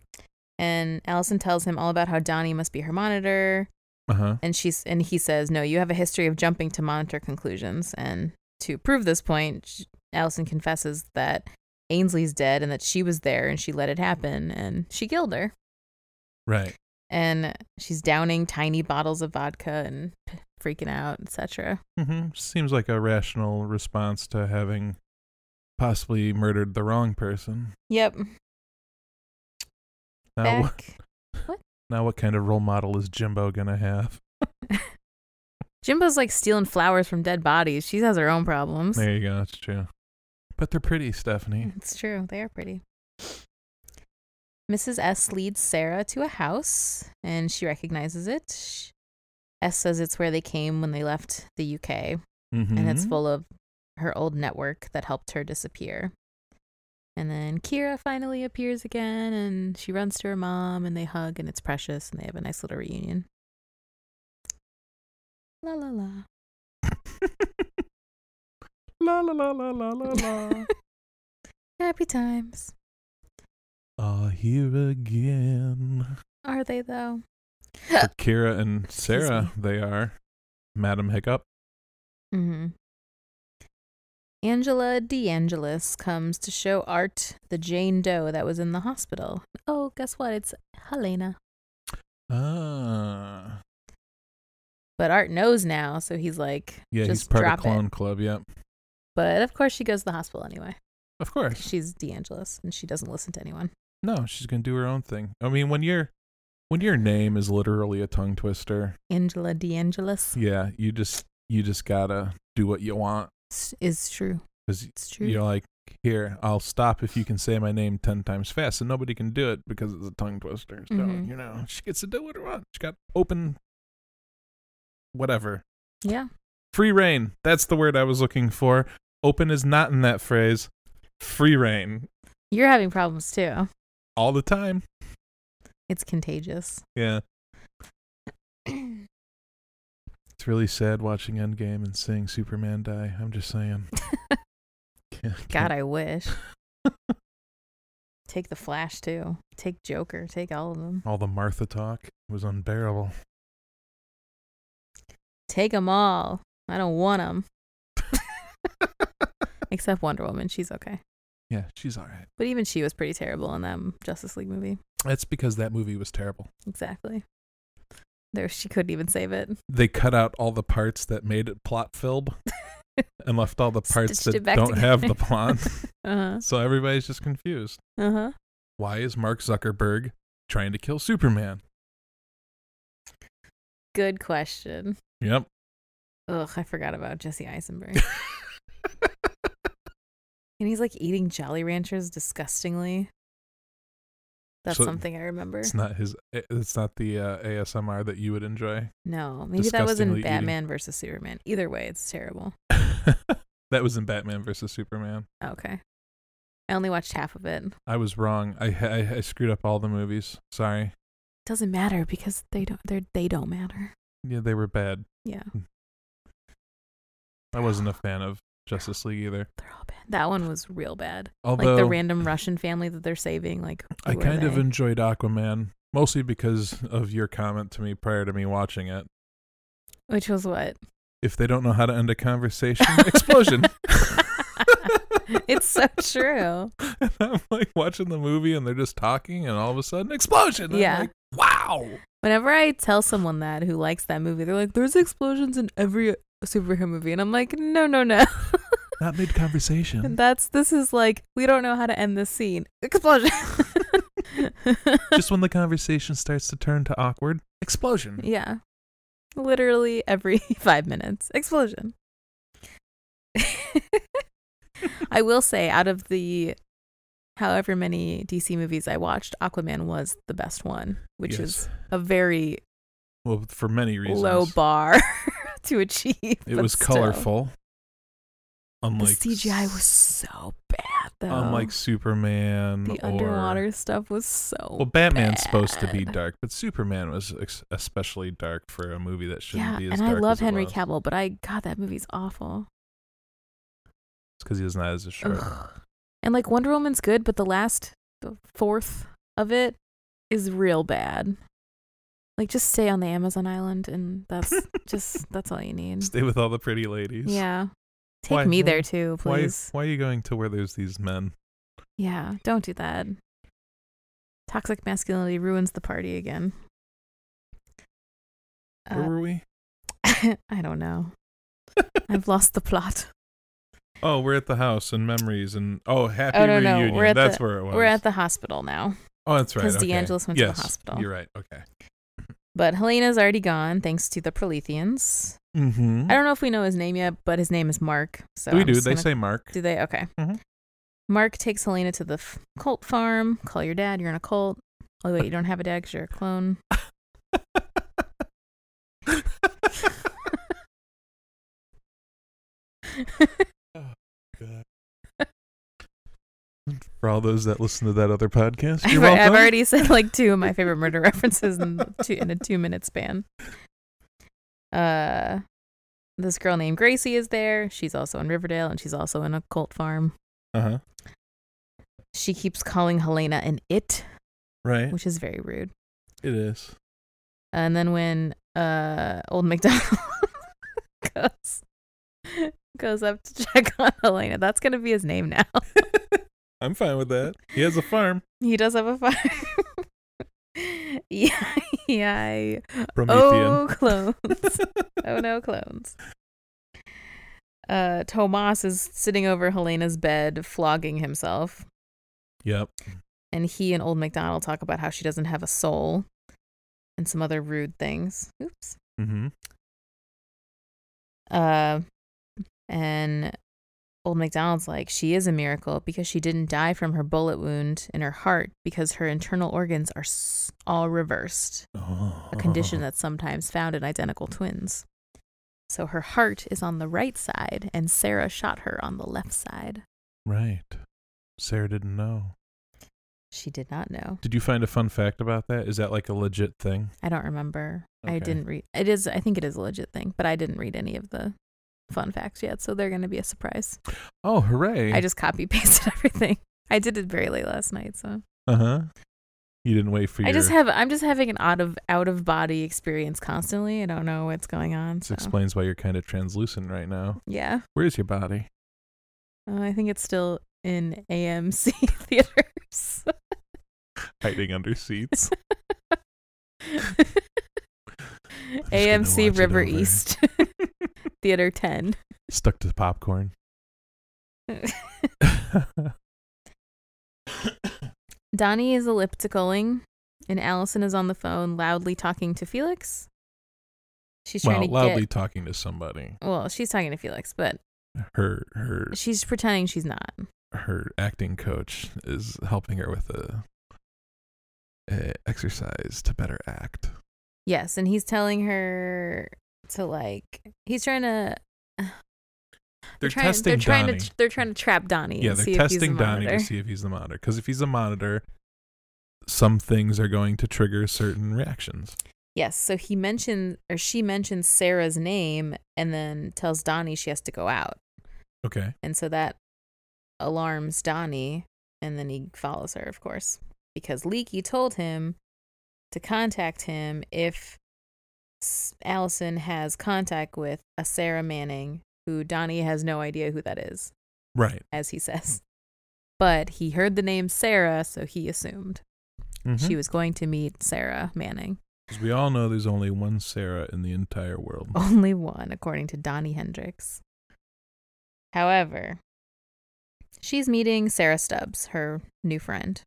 Speaker 2: And Allison tells him all about how Donnie must be her monitor.
Speaker 1: Uh huh.
Speaker 2: And she's and he says, No, you have a history of jumping to monitor conclusions. And to prove this point, sh Allison confesses that Ainsley's dead and that she was there and she let it happen and she killed her.
Speaker 1: Right.
Speaker 2: And she's downing tiny bottles of vodka and freaking out, etc.
Speaker 1: Mm-hmm. Seems like a rational response to having possibly murdered the wrong person.
Speaker 2: Yep.
Speaker 1: Now,
Speaker 2: Back
Speaker 1: now what kind of role model is Jimbo gonna have?
Speaker 2: Jimbo's like stealing flowers from dead bodies. She has her own problems.
Speaker 1: There you go. That's true. But they're pretty, Stephanie.
Speaker 2: It's true. They are pretty. Mrs. S leads Sarah to a house and she recognizes it. Sh- S says it's where they came when they left the UK
Speaker 1: Mm-hmm.
Speaker 2: and it's full of her old network that helped her disappear. And then Kira finally appears again and she runs to her mom and they hug and it's precious and they have a nice little reunion. La la la.
Speaker 3: La la la la la la la.
Speaker 2: Happy times.
Speaker 1: Ah, here again.
Speaker 2: Are they though?
Speaker 1: For Kira and
Speaker 2: Excuse
Speaker 1: Sarah, they are. Madam Hiccup.
Speaker 2: Mm-hmm. Angela DeAngelis comes to show Art the Jane Doe that was in the hospital. Oh, guess what? It's Helena.
Speaker 1: Ah.
Speaker 2: But Art knows now, so he's like,
Speaker 1: Yeah,
Speaker 2: just
Speaker 1: he's part
Speaker 2: drop
Speaker 1: of Clone
Speaker 2: it.
Speaker 1: Club. Yep.
Speaker 2: But of course, she goes to the hospital anyway.
Speaker 1: Of course.
Speaker 2: She's DeAngelis and she doesn't listen to anyone.
Speaker 1: No, she's gonna do her own thing. I mean, when your when your name is literally a tongue twister,
Speaker 2: Angela DeAngelis
Speaker 1: yeah, you just you just gotta do what you want
Speaker 2: s- is true.
Speaker 1: because
Speaker 2: It's true.
Speaker 1: you're like, here, I'll stop if you can say my name ten times fast, and nobody can do it because it's a tongue twister. So
Speaker 2: Mhm.
Speaker 1: you know, she gets to do what she wants. She got open, whatever,
Speaker 2: Yeah.
Speaker 1: free reign. That's the word I was looking for. Open is not in that phrase. Free reign
Speaker 2: You're having problems too.
Speaker 1: all the time.
Speaker 2: It's contagious.
Speaker 1: Yeah, it's really sad watching Endgame and seeing Superman die. I'm just saying. Yeah,
Speaker 2: God,
Speaker 1: can't-
Speaker 2: I wish. Take the Flash too. Take Joker. Take all of them.
Speaker 1: all the Martha talk was unbearable.
Speaker 2: Take them all. I don't want them. Except Wonder Woman. She's okay.
Speaker 1: Yeah, she's all right.
Speaker 2: But even she was pretty terrible in that Justice League movie.
Speaker 1: That's because that movie was terrible.
Speaker 2: Exactly. There, she couldn't even save it.
Speaker 1: They cut out all the parts that made it plot filled and left all the parts
Speaker 2: Stitched
Speaker 1: that
Speaker 2: it back
Speaker 1: don't have the
Speaker 2: together.
Speaker 1: plot.
Speaker 2: Uh huh.
Speaker 1: so everybody's just confused.
Speaker 2: Uh huh.
Speaker 1: Why is Mark Zuckerberg trying to kill Superman?
Speaker 2: Good question.
Speaker 1: Yep.
Speaker 2: Ugh, I forgot about Jesse Eisenberg. and he's like eating Jolly Ranchers disgustingly. That's
Speaker 1: So-
Speaker 2: something I remember.
Speaker 1: It's not his eh, it's not the uh, ASMR that you would enjoy.
Speaker 2: No, maybe that was in
Speaker 1: disgustingly eating.
Speaker 2: Batman versus Superman. Either way, it's terrible.
Speaker 1: that was in Batman versus Superman.
Speaker 2: Okay. I only watched half of it.
Speaker 1: I was wrong. I, I I screwed up all the movies. Sorry.
Speaker 2: Doesn't matter because they don't they they don't matter.
Speaker 1: Yeah, they were bad.
Speaker 2: Yeah,
Speaker 1: Hmm. I wasn't a fan of Justice League either.
Speaker 2: they're all bad. That one was real bad.
Speaker 1: Although
Speaker 2: like the random Russian family that they're saving like
Speaker 1: I
Speaker 2: who are
Speaker 1: kind of
Speaker 2: they?
Speaker 1: enjoyed Aquaman mostly because of your comment to me prior to me watching it.
Speaker 2: which was what?
Speaker 1: If they don't know how to end a conversation, explosion.
Speaker 2: It's so true.
Speaker 1: And I'm like watching the movie and they're just talking and all of a sudden explosion. I'm
Speaker 2: Yeah.
Speaker 1: like, wow.
Speaker 2: Whenever I tell someone that who likes that movie, they're like, "There's explosions in every superhero movie," and I'm like, "No, no, no.
Speaker 1: Not mid conversation.
Speaker 2: That's this is like we don't know how to end this scene. Explosion."
Speaker 1: just when the conversation starts to turn to awkward, explosion.
Speaker 2: yeah, literally every five minutes, explosion. I will say, out of the however many DC movies I watched, Aquaman was the best one, which
Speaker 1: Yes.
Speaker 2: is a very
Speaker 1: well for many reasons.
Speaker 2: low bar to achieve.
Speaker 1: it
Speaker 2: but
Speaker 1: was
Speaker 2: still.
Speaker 1: colorful. Unlike
Speaker 2: the CGI was so bad though.
Speaker 1: unlike Superman
Speaker 2: the
Speaker 1: or
Speaker 2: underwater stuff was so
Speaker 1: Well, Batman's supposed to be
Speaker 2: bad.
Speaker 1: dark, but Superman was ex- especially dark for a movie that shouldn't
Speaker 2: yeah,
Speaker 1: be as
Speaker 2: and
Speaker 1: dark.
Speaker 2: I love
Speaker 1: as
Speaker 2: Henry
Speaker 1: it was.
Speaker 2: Cavill, but I God, that movie's awful.
Speaker 1: because he was not as a short.
Speaker 2: Ugh. And like Wonder Woman's good, but the last the fourth of it is real bad. Like just stay on the Amazon island, and that's just that's all you need.
Speaker 1: Stay with all the pretty ladies.
Speaker 2: Yeah, take
Speaker 1: Why-
Speaker 2: me
Speaker 1: why-
Speaker 2: there too,
Speaker 1: Why?
Speaker 2: please.
Speaker 1: Why are you going to where there's these men?
Speaker 2: Yeah, don't do that. Toxic masculinity ruins the party again.
Speaker 1: Where
Speaker 2: Uh,
Speaker 1: were we?
Speaker 2: I don't know. I've lost the plot.
Speaker 1: oh, we're at the house and memories and oh, happy
Speaker 2: Oh, no, no,
Speaker 1: reunion.
Speaker 2: we're at
Speaker 1: That's
Speaker 2: the-
Speaker 1: where it was.
Speaker 2: We're at the hospital now.
Speaker 1: oh, that's right.
Speaker 2: 'cause
Speaker 1: okay.
Speaker 2: DeAngelis went to the
Speaker 1: yes,
Speaker 2: hospital.
Speaker 1: You're right. Okay.
Speaker 2: But Helena's already gone thanks to the Prolethians.
Speaker 1: Mm-hmm.
Speaker 2: I don't know if we know his name yet, but his name is Mark. So
Speaker 1: we
Speaker 2: I'm
Speaker 1: do.
Speaker 2: just
Speaker 1: They
Speaker 2: gonna-
Speaker 1: say Mark.
Speaker 2: Do they? Okay.
Speaker 1: Mhm.
Speaker 2: Mark takes Helena to the f- cult farm. Call your dad. You're in a cult. Oh wait, you don't have a dad because you're a clone.
Speaker 1: For all those that listen to that other podcast,
Speaker 2: I've,
Speaker 1: you're
Speaker 2: I've
Speaker 1: welcome.
Speaker 2: already said like two of my favorite murder references in, two, in a two minute span. Uh, this girl named Gracie is there. She's also in Riverdale and she's also in a cult farm.
Speaker 1: uh-huh.
Speaker 2: She keeps calling Helena an it,
Speaker 1: Right.
Speaker 2: which is very rude.
Speaker 1: It is.
Speaker 2: And then when uh old McDonald goes goes up to check on Helena, that's gonna be his name now.
Speaker 1: I'm fine with that. He has a farm.
Speaker 2: He does have a farm. yeah, yeah.
Speaker 1: Promethean.
Speaker 2: Oh, clones. oh no, clones. Uh, Tomas is sitting over Helena's bed, flogging himself,
Speaker 1: Yep.
Speaker 2: and he and Old MacDonald talk about how she doesn't have a soul, and some other rude things. Oops.
Speaker 1: Mm-hmm.
Speaker 2: Uh, and Old MacDonald's like, she is a miracle because she didn't die from her bullet wound in her heart because her internal organs are s- all reversed.
Speaker 1: Oh.
Speaker 2: a condition that's sometimes found in identical twins. So her heart is on the right side, and Sarah shot her on the left side.
Speaker 1: Right. Sarah didn't know.
Speaker 2: She did not know.
Speaker 1: Did you find a fun fact about that? Is that like a legit thing?
Speaker 2: I don't remember. I
Speaker 1: Okay.
Speaker 2: didn't read. It is. I think it is a legit thing, but I didn't read any of the fun facts yet, so they're going to be a surprise.
Speaker 1: Oh, hooray.
Speaker 2: I just copy pasted everything. I did it very late last night, so
Speaker 1: uh-huh. You didn't wait for
Speaker 2: I
Speaker 1: your
Speaker 2: just have. I'm just having an out of out of body experience constantly. I don't know what's going on.
Speaker 1: This
Speaker 2: So
Speaker 1: explains why you're kind of translucent right now.
Speaker 2: yeah,
Speaker 1: Where's your body?
Speaker 2: uh, I think it's still in AMC theaters.
Speaker 1: Hiding under seats. just gonna
Speaker 2: AMC
Speaker 1: watch it
Speaker 2: River
Speaker 1: over.
Speaker 2: East Theater 10.
Speaker 1: Stuck to popcorn.
Speaker 2: Donnie is ellipticaling, and Allison is on the phone loudly talking to Felix. She's trying
Speaker 1: well,
Speaker 2: to
Speaker 1: loudly
Speaker 2: get.
Speaker 1: talking to somebody.
Speaker 2: Well, she's talking to Felix, but
Speaker 1: Her her
Speaker 2: she's pretending she's not.
Speaker 1: her acting coach is helping her with a, a exercise to better act.
Speaker 2: Yes, and he's telling her to like. He's trying to.
Speaker 1: They're,
Speaker 2: trying,
Speaker 1: testing
Speaker 2: They're trying
Speaker 1: Donnie.
Speaker 2: to. They're trying to trap Donnie.
Speaker 1: yeah,
Speaker 2: and
Speaker 1: they're
Speaker 2: see if he's
Speaker 1: testing
Speaker 2: a
Speaker 1: Donnie to
Speaker 2: monitor.
Speaker 1: see if he's the monitor. Because if he's a monitor, some things are going to trigger certain reactions.
Speaker 2: Yes, so he mentioned or she mentions Sarah's name, and then tells Donnie she has to go out.
Speaker 1: Okay.
Speaker 2: And so that alarms Donnie, and then he follows her, of course, because Leaky told him to contact him if S- Allison has contact with a Sarah Manning, who Donnie has no idea who that is,
Speaker 1: Right.
Speaker 2: as he says. But he heard the name Sarah, so he assumed
Speaker 1: Mm-hmm.
Speaker 2: she was going to meet Sarah Manning.
Speaker 1: 'Cause we all know there's only one Sarah in the entire world.
Speaker 2: Only one, according to Donnie Hendricks. However, she's meeting Sarah Stubbs, her new friend.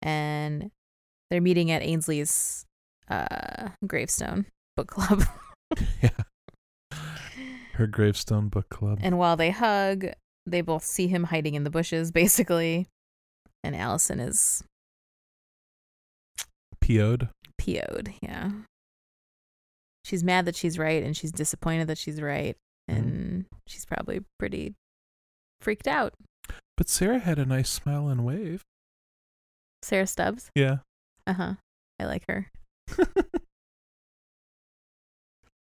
Speaker 2: And they're meeting at Ainsley's uh, gravestone book club.
Speaker 1: Her gravestone book club.
Speaker 2: and while they hug, they both see him hiding in the bushes, basically. And Allison is
Speaker 1: PO'd.
Speaker 2: PO'd, yeah. She's mad that she's right and she's disappointed that she's right.
Speaker 1: Mhm.
Speaker 2: And she's probably pretty freaked out.
Speaker 1: But Sarah had a nice smile and wave.
Speaker 2: Sarah Stubbs.
Speaker 1: Yeah.
Speaker 2: Uh huh. I like her.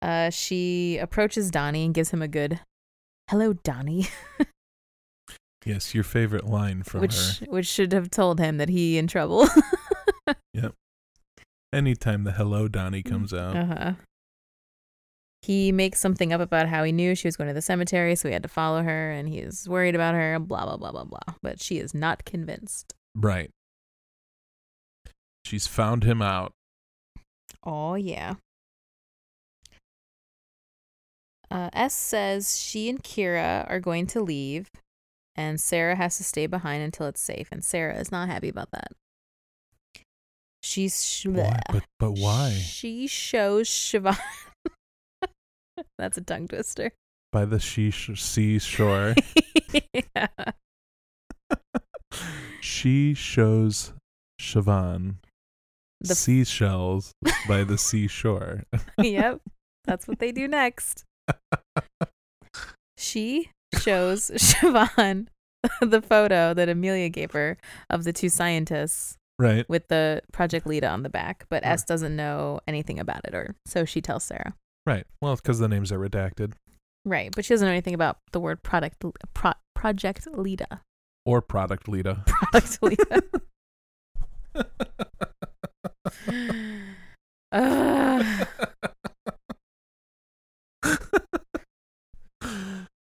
Speaker 2: Uh, she approaches Donnie and gives him a good "Hello, Donnie,"
Speaker 1: yes, your favorite line from her.
Speaker 2: which which should have told him that he in trouble.
Speaker 1: Anytime the hello Donnie comes out.
Speaker 2: uh huh. He makes something up about how he knew she was going to the cemetery, so he had to follow her, and he is worried about her. and Blah blah blah blah blah. But she is not convinced.
Speaker 1: Right. She's found him out.
Speaker 2: Oh yeah. Uh, S says she and Kira are going to leave, and Sarah has to stay behind until it's safe. And Sarah is not happy about that. She's sh-
Speaker 1: Why? But but why?
Speaker 2: She shows Siobhan. That's a tongue twister.
Speaker 1: By the she sh- seashore,
Speaker 2: yeah.
Speaker 1: she shows Siobhan
Speaker 2: The-
Speaker 1: seashells by the seashore.
Speaker 2: yep. That's what they do next. She shows Siobhan the photo that Amelia gave her of the two scientists
Speaker 1: Right.
Speaker 2: with the Project Lita on the back, but
Speaker 1: Sure.
Speaker 2: S doesn't know anything about it, or so she tells Sarah.
Speaker 1: Right. Well, it's because the names are redacted
Speaker 2: Right, but she doesn't know anything about the word product pro, Project Lita.
Speaker 1: or product Lita.
Speaker 2: Product Lita. Ugh.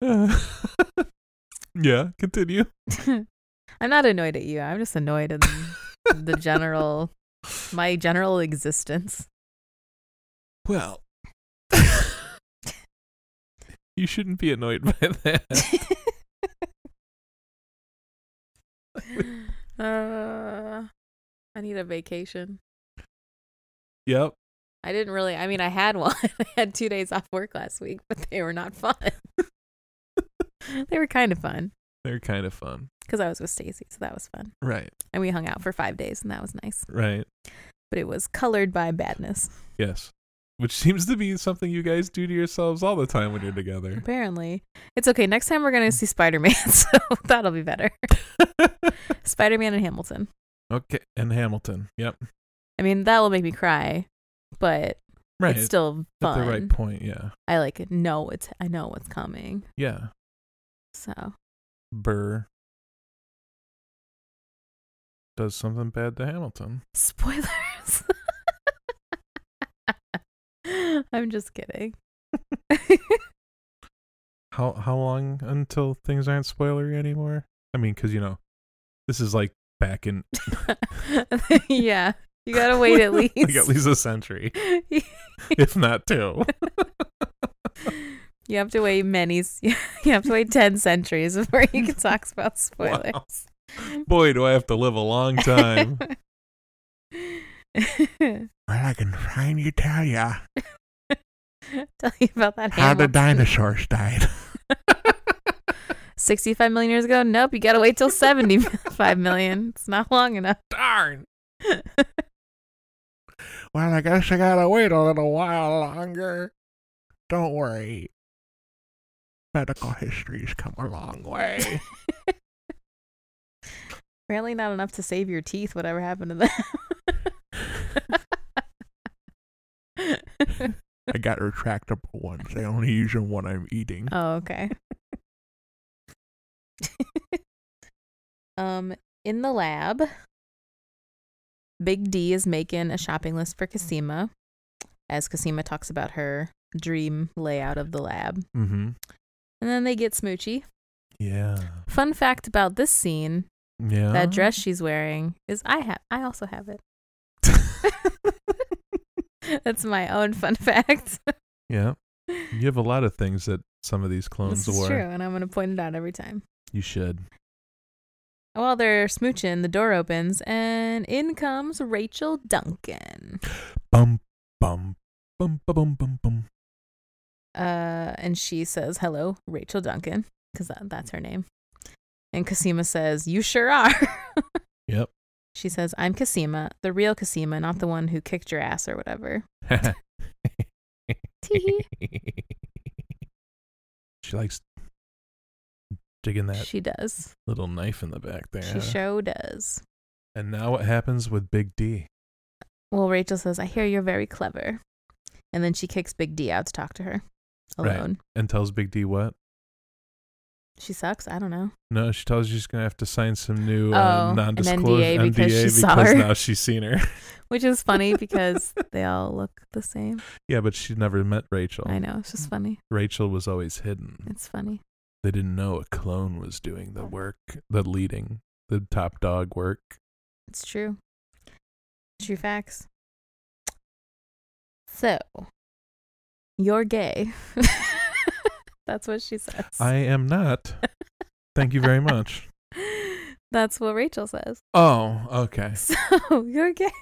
Speaker 1: yeah, continue.
Speaker 2: I'm not annoyed at you. I'm just annoyed at Mm, the general my general existence.
Speaker 1: Well, you shouldn't be annoyed by that.
Speaker 2: uh, I need a vacation.
Speaker 1: Yep.
Speaker 2: I didn't really. I mean, I had one. I had two days off work last week, but they were not fun. they were kind of fun
Speaker 1: They're kind of fun.
Speaker 2: because I was with Stacy, so that was fun.
Speaker 1: Right.
Speaker 2: And we hung out for five days, and that was nice.
Speaker 1: Right.
Speaker 2: But it was colored by badness.
Speaker 1: Yes. Which seems to be something you guys do to yourselves all the time when you're together.
Speaker 2: Apparently, it's okay. Next time we're gonna see Spider Man, so that'll be better. Spider Man and Hamilton.
Speaker 1: okay. And Hamilton. Yep.
Speaker 2: I mean, that will make me cry, but
Speaker 1: Right.
Speaker 2: it's still
Speaker 1: at
Speaker 2: fun.
Speaker 1: the right point. Yeah.
Speaker 2: I like know it's. I know what's coming.
Speaker 1: Yeah.
Speaker 2: So
Speaker 1: Burr does something bad to Hamilton.
Speaker 2: Spoilers. I'm just kidding.
Speaker 1: How how long until things aren't spoilery anymore? I mean, because you know, this is like back in
Speaker 2: yeah, you gotta wait at least.
Speaker 1: like at least a century, if not two.
Speaker 2: you have to wait many. s- You have to wait ten centuries before you can talk about spoilers.
Speaker 1: Wow. Boy, do I have to live a long time. well, I can finally tell ya
Speaker 2: Tell you about that. Hamilton.
Speaker 1: dinosaurs died.
Speaker 2: Sixty-five million years ago? Nope. You gotta wait till seventy-five million. It's not long enough.
Speaker 1: Darn. Well, I guess I gotta wait a little while longer. Don't worry. Medical history's come a long way.
Speaker 2: Apparently not enough to save your teeth, whatever happened to them.
Speaker 1: I got retractable ones. I only use them when I'm eating.
Speaker 2: oh, okay. um, in the lab, Big D is making a shopping list for Cosima as Cosima talks about her dream layout of the lab.
Speaker 1: Mm-hmm.
Speaker 2: And then they get smoochy.
Speaker 1: Yeah.
Speaker 2: Fun fact about this scene,
Speaker 1: Yeah.
Speaker 2: that dress she's wearing is I have I also have it. That's my own fun fact.
Speaker 1: Yeah. You have a lot of things that some of these clones
Speaker 2: this is
Speaker 1: wore.
Speaker 2: true, and I'm gonna point it out every time.
Speaker 1: You should.
Speaker 2: While they're smooching, the door opens, and in comes Rachel Duncan.
Speaker 1: Bum bum bum ba, bum bum bum.
Speaker 2: Uh, and she says, "Hello, Rachel Duncan," because that, that's her name. And Cosima says, "You sure are."
Speaker 1: Yep.
Speaker 2: She says, "I'm Cosima, the real Cosima, not the one who kicked your ass or whatever." Tee-hee.
Speaker 1: she likes digging that
Speaker 2: she does.
Speaker 1: little knife in the back there.
Speaker 2: She sure does.
Speaker 1: and now what happens with Big D?
Speaker 2: Well, Rachel says, I hear you're very clever. And then she kicks Big D out to talk to her
Speaker 1: Right.
Speaker 2: alone.
Speaker 1: And tells Big D what?
Speaker 2: She sucks. I don't know.
Speaker 1: No, she tells you she's gonna have to sign some new
Speaker 2: Oh,
Speaker 1: uh,
Speaker 2: an
Speaker 1: non-disclosure
Speaker 2: NDA because she saw
Speaker 1: because
Speaker 2: her.
Speaker 1: now she's seen her.
Speaker 2: Which is funny because they all look the same.
Speaker 1: yeah, but she never met Rachel.
Speaker 2: I know. It's just funny.
Speaker 1: Rachel was always hidden.
Speaker 2: It's funny.
Speaker 1: They didn't know a clone was doing the work, the leading, the top dog work.
Speaker 2: It's true. True facts. So, you're gay. That's what she says.
Speaker 1: I am not. Thank you very much.
Speaker 2: That's what Rachel says.
Speaker 1: Oh, okay.
Speaker 2: So, you're gay.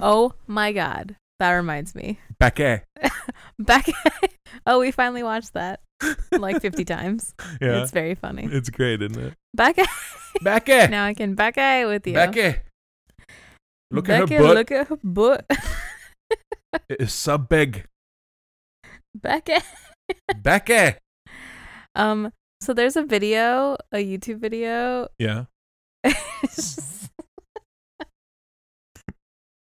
Speaker 2: Oh my God. That reminds me.
Speaker 1: Becky.
Speaker 2: Back. oh, we finally watched that like 50 times.
Speaker 1: Yeah.
Speaker 2: It's very funny.
Speaker 1: It's great, isn't it?
Speaker 2: Back.
Speaker 1: Becky.
Speaker 2: now I can back eye with you.
Speaker 1: Becky. Look at her
Speaker 2: Becky,
Speaker 1: butt.
Speaker 2: Look at her butt.
Speaker 1: It is so big.
Speaker 2: Becky.
Speaker 1: Becky.
Speaker 2: Um. So there's a video, a YouTube video.
Speaker 1: Yeah.
Speaker 2: It's just,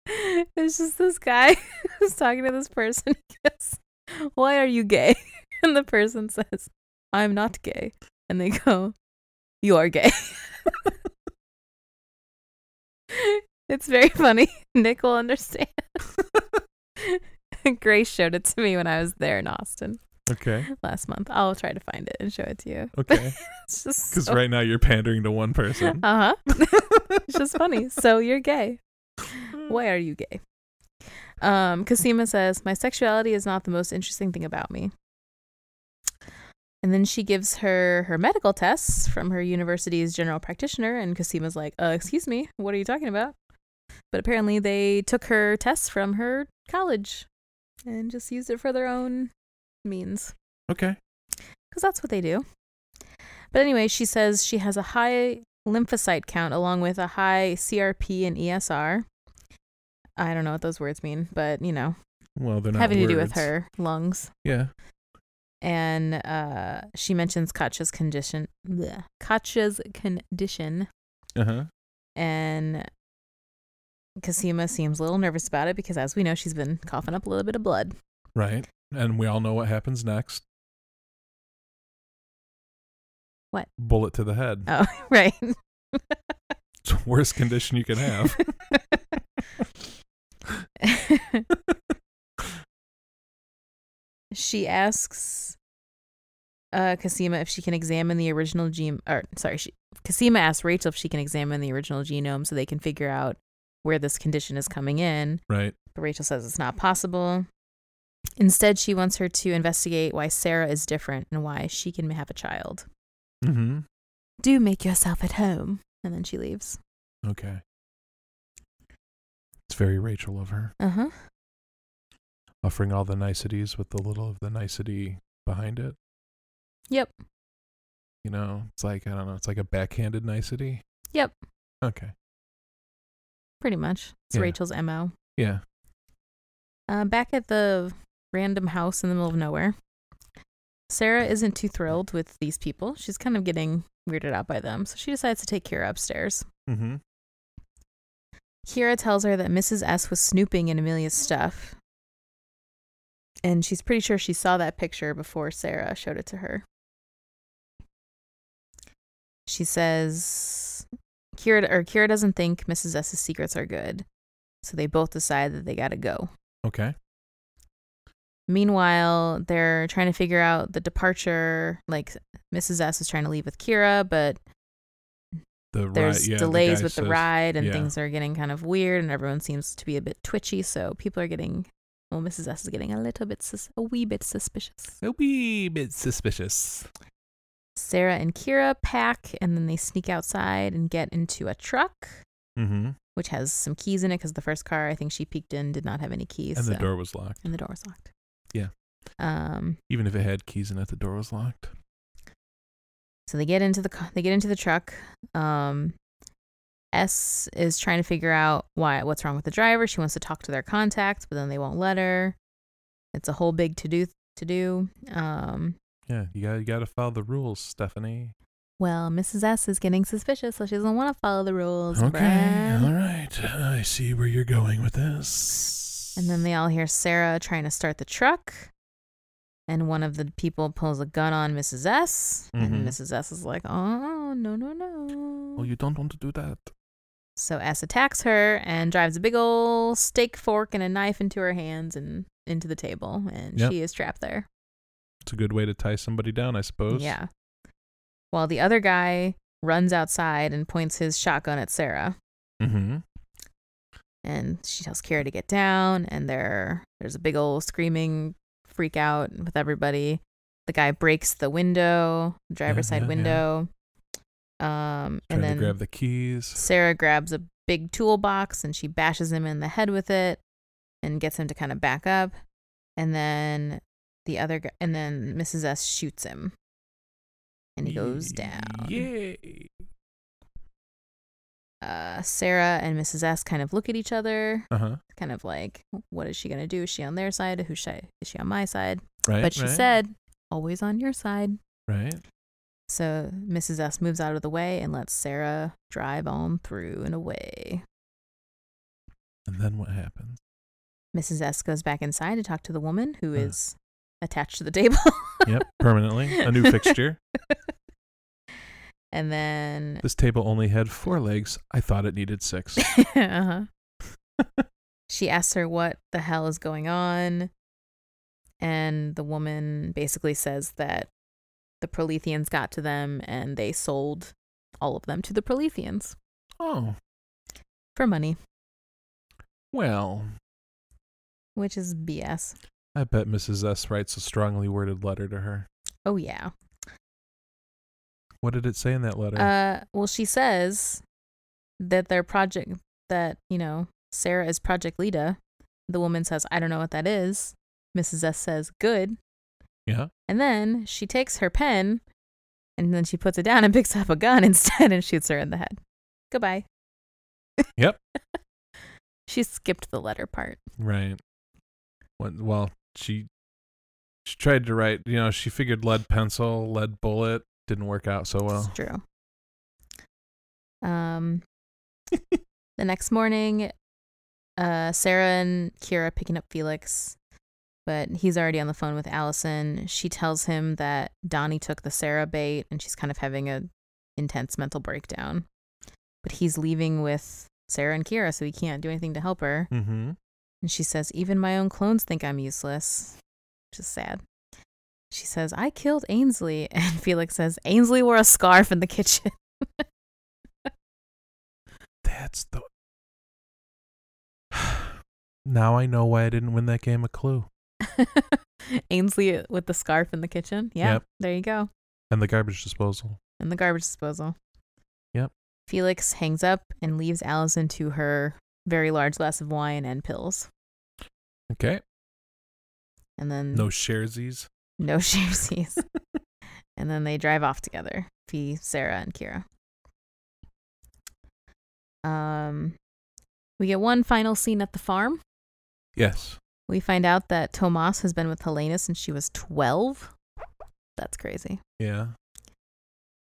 Speaker 2: it's just this guy who's talking to this person. He goes, Why are you gay? And the person says, I'm not gay. And they go, You are gay. it's very funny. Nick will understand. Grace showed it to me when I was there in Austin
Speaker 1: Okay.
Speaker 2: last month. I'll try to find it and show it to you.
Speaker 1: Okay.
Speaker 2: It's just
Speaker 1: Because
Speaker 2: so
Speaker 1: right now you're pandering to one person.
Speaker 2: uh huh. it's just funny. So you're gay. Why are you gay? Um, Kasima says, My sexuality is not the most interesting thing about me. And then she gives her her medical tests from her university's general practitioner, and Kasima's like, uh, Excuse me, what are you talking about? But apparently they took her tests from her college and just used it for their own means
Speaker 1: Okay.
Speaker 2: because that's what they do. But anyway, she says she has a high lymphocyte count along with a high CRP and ESR. I don't know what those words mean, but you know,
Speaker 1: Well, they're not
Speaker 2: having to do with
Speaker 1: words.
Speaker 2: her lungs.
Speaker 1: Yeah.
Speaker 2: And uh, she mentions Katja's condition, bleh, Katja's condition,
Speaker 1: Uh huh.
Speaker 2: and Kasima seems a little nervous about it because, as we know, she's been coughing up a little bit of blood.
Speaker 1: Right. And we all know what happens next.
Speaker 2: What?
Speaker 1: Bullet to the head.
Speaker 2: Oh, right.
Speaker 1: It's the worst condition you can have.
Speaker 2: she asks uh Kasima if she can examine the original gene or sorry, she Kasima asks Rachel if she can examine the original genome so they can figure out where this condition is coming in.
Speaker 1: right.
Speaker 2: But Rachel says it's not possible. Instead, she wants her to investigate why Sarah is different and why she can have a child.
Speaker 1: Mm-hmm.
Speaker 2: Do make yourself at home. And then she leaves.
Speaker 1: Okay. It's very Rachel of her,
Speaker 2: Uh huh.
Speaker 1: offering all the niceties with a little of the nicety behind it.
Speaker 2: Yep.
Speaker 1: You know, it's like I don't know, it's like a backhanded nicety.
Speaker 2: Yep.
Speaker 1: Okay.
Speaker 2: Pretty much. It's
Speaker 1: Yeah.
Speaker 2: Rachel's MO.
Speaker 1: Yeah.
Speaker 2: Uh, back at the random house in the middle of nowhere, Sarah isn't too thrilled with these people. She's kind of getting weirded out by them, so she decides to take Kira upstairs.
Speaker 1: Mm-hmm.
Speaker 2: Kira tells her that Mrs. S was snooping in Amelia's stuff, and she's pretty sure she saw that picture before Sarah showed it to her. She says Kira or Kira doesn't think Mrs. S's secrets are good, so they both decide that they got to go.
Speaker 1: Okay.
Speaker 2: Meanwhile, they're trying to figure out the departure. Like Mrs. S is trying to leave with Kira, but
Speaker 1: The
Speaker 2: there's
Speaker 1: ri- yeah, the
Speaker 2: delays
Speaker 1: guy
Speaker 2: with the
Speaker 1: says-
Speaker 2: ride, and
Speaker 1: yeah.
Speaker 2: things are getting kind of weird, and everyone seems to be a bit twitchy. So people are getting, well, Mrs. S is getting a little bit, sus- a wee bit suspicious.
Speaker 1: A wee bit suspicious.
Speaker 2: Sarah and Kira pack, and then they sneak outside and get into a truck,
Speaker 1: Mm-hmm.
Speaker 2: which has some keys in it because the first car I think she peeked in did not have any keys,
Speaker 1: And the
Speaker 2: so-
Speaker 1: door was locked.
Speaker 2: and the door was locked.
Speaker 1: Yeah.
Speaker 2: Um.
Speaker 1: Even if it had keys in it, the door was locked.
Speaker 2: So they get into the ca- they get into the truck. Um, S is trying to figure out why what's wrong with the driver. She wants to talk to their contacts, but then they won't let her. It's a whole big to do to do. Um,
Speaker 1: Yeah, you got you got to follow the rules, Stephanie.
Speaker 2: well, Mrs. S is getting suspicious, so she doesn't want to follow the rules.
Speaker 1: Okay,
Speaker 2: bruh.
Speaker 1: all right. I see where you're going with this.
Speaker 2: And then they all hear Sarah trying to start the truck. And one of the people pulls a gun on Mrs. S.
Speaker 1: Mhm.
Speaker 2: And Mrs. S is like, oh, no, no, no.
Speaker 1: Oh, you don't want to do that.
Speaker 2: So S attacks her and drives a big ol' steak fork and a knife into her hands and into the table, and
Speaker 1: Yep.
Speaker 2: she is trapped there.
Speaker 1: It's a good way to tie somebody down, I suppose.
Speaker 2: Yeah. While the other guy runs outside and points his shotgun at Sarah,
Speaker 1: Mm-hmm.
Speaker 2: and she tells Kira to get down, and there there's a big ol' screaming freak out with everybody. The guy breaks the window, driver's
Speaker 1: Uh-huh, yeah,
Speaker 2: side
Speaker 1: yeah.
Speaker 2: window. Um,
Speaker 1: Trying
Speaker 2: and then
Speaker 1: to grab the keys.
Speaker 2: Sarah grabs a big toolbox and she bashes him in the head with it and gets him to kind of back up. And then the other gu- and then Mrs. S shoots him. And he goes down.
Speaker 1: Yay.
Speaker 2: Uh, Sarah and Mrs. S kind of look at each other,
Speaker 1: Uh huh.
Speaker 2: kind of like, what is she going to do? Is she on their side? Who sh- is she on my side?
Speaker 1: Right.
Speaker 2: but she
Speaker 1: right,
Speaker 2: said, always on your side.
Speaker 1: Right.
Speaker 2: So Mrs. S moves out of the way and lets Sarah drive on through and away.
Speaker 1: And then what happens?
Speaker 2: Mrs. S goes back inside to talk to the woman who
Speaker 1: Huh.
Speaker 2: is attached to the table.
Speaker 1: Yep, permanently. A new fixture.
Speaker 2: and then
Speaker 1: This table only had four legs. I thought it needed six.
Speaker 2: uh-huh. she asks her what the hell is going on. And the woman basically says that the Prolethians got to them and they sold all of them to the Prolethians
Speaker 1: Oh,
Speaker 2: for money,
Speaker 1: well.
Speaker 2: which is BS.
Speaker 1: I bet Mrs. S writes a strongly worded letter to her.
Speaker 2: Oh, yeah.
Speaker 1: What did it say in that letter?
Speaker 2: Uh, well, she says that their project, that, you know, Sarah is Project Lita. The woman says, I don't know what that is. Mrs. S says, good.
Speaker 1: yeah.
Speaker 2: And then she takes her pen and then she puts it down and picks up a gun instead and shoots her in the head. Goodbye.
Speaker 1: Yep.
Speaker 2: she skipped the letter part.
Speaker 1: Right. When, well, she she tried to write, you know, she figured lead pencil, lead bullet didn't work out so well.
Speaker 2: It's true. Um the next morning, uh Sarah and Kira picking up Felix, but he's already on the phone with Allison. She tells him that Donnie took the Sarah bait and she's kind of having a intense mental breakdown. But he's leaving with Sarah and Kira, so he can't do anything to help her.
Speaker 1: Mm-hmm.
Speaker 2: And she says, Even my own clones think I'm useless, which is sad. She says, I killed Ainsley. And Felix says, Ainsley wore a scarf in the kitchen.
Speaker 1: That's the Now I know why I didn't win that game of Clue.
Speaker 2: Ainsley with the scarf in the kitchen. Yeah.
Speaker 1: Yep.
Speaker 2: There you go.
Speaker 1: And the garbage disposal.
Speaker 2: And the garbage disposal.
Speaker 1: Yep.
Speaker 2: Felix hangs up and leaves Allison to her very large glass of wine and pills.
Speaker 1: Okay.
Speaker 2: And then
Speaker 1: No sharesies.
Speaker 2: no shamesies. and then they drive off together, Fee, Sarah, and Kira. Um, we get one final scene at the farm.
Speaker 1: Yes.
Speaker 2: We find out that Tomas has been with Helena since she was 12. That's crazy.
Speaker 1: Yeah.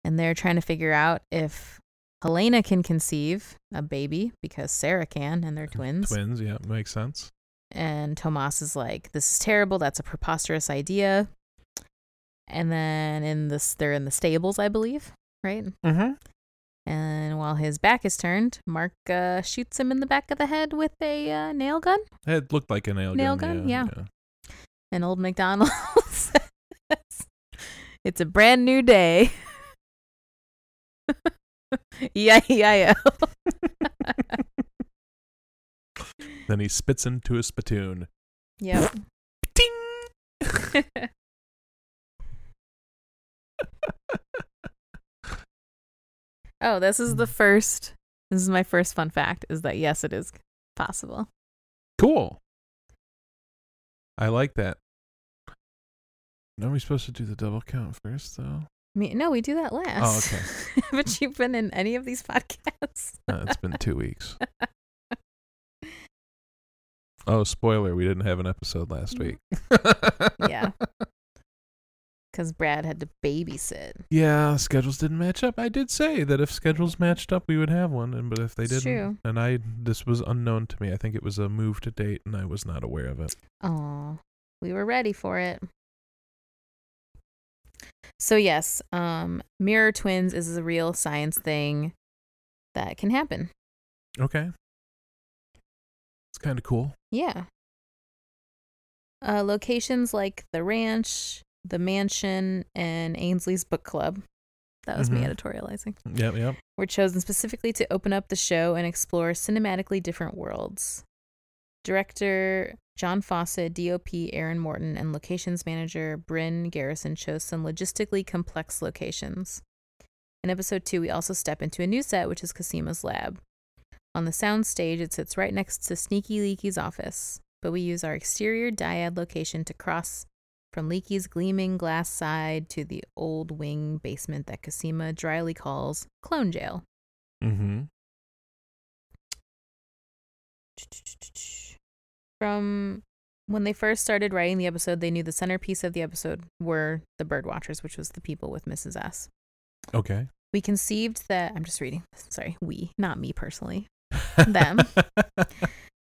Speaker 2: And they're trying to figure out if Helena can conceive a baby because Sarah can, and they're twins.
Speaker 1: Twins, yeah, makes sense.
Speaker 2: And Tomas is like, "This is terrible. That's a preposterous idea." And then in this, they're in the stables, I believe, right?
Speaker 1: Mm-hmm.
Speaker 2: And while his back is turned, Mark uh, shoots him in the back of the head with a uh, nail gun.
Speaker 1: It looked like a nail,
Speaker 2: Nail gun, yeah.
Speaker 1: yeah.
Speaker 2: And old McDonald says, "It's a brand new day." yeah, yeah, yeah.
Speaker 1: Then he spits into a spittoon.
Speaker 2: yep.
Speaker 1: Ding!
Speaker 2: Oh, this is the first. This is my first fun fact: is that yes, it is possible.
Speaker 1: Cool. I like that. Are we supposed to do the double count first, though? Oh,
Speaker 2: I mean, no, we do that last.
Speaker 1: okay.
Speaker 2: Haven't you been in any of these podcasts?
Speaker 1: Uh, it's been two weeks. Oh, spoiler! We didn't have an episode last
Speaker 2: Mm.
Speaker 1: week.
Speaker 2: yeah. Because Brad had to babysit.
Speaker 1: Yeah, schedules didn't match up. I did say that if schedules matched up, we would have one, and but if they
Speaker 2: It's
Speaker 1: didn't,
Speaker 2: true.
Speaker 1: and I this was unknown to me. I think it was a move to date, and I was not aware of it.
Speaker 2: Oh, we were ready for it. So yes, um, mirror twins is a real science thing that can happen.
Speaker 1: Okay, it's kind of cool.
Speaker 2: Yeah. Uh, locations like the ranch, the mansion, and Ainsley's book club. That was me
Speaker 1: Mhm.
Speaker 2: editorializing.
Speaker 1: Yep, yep.
Speaker 2: were chosen specifically to open up the show and explore cinematically different worlds. Director John Fawcett, DOP Aaron Morton, and locations manager Bryn Garrison chose some logistically complex locations. In episode two, we also step into a new set, which is Casima's lab. On the sound stage, it sits right next to Sneaky Leaky's office, but we use our exterior dyad location to cross from Leaky's gleaming glass side to the old wing basement that Cosima dryly calls clone jail.
Speaker 1: Mm-hmm.
Speaker 2: From When they first started writing the episode, they knew the centerpiece of the episode were the bird watchers, which was the people with Mrs. S.
Speaker 1: Okay.
Speaker 2: We conceived that I'm just reading. Sorry, we, not me personally. Them.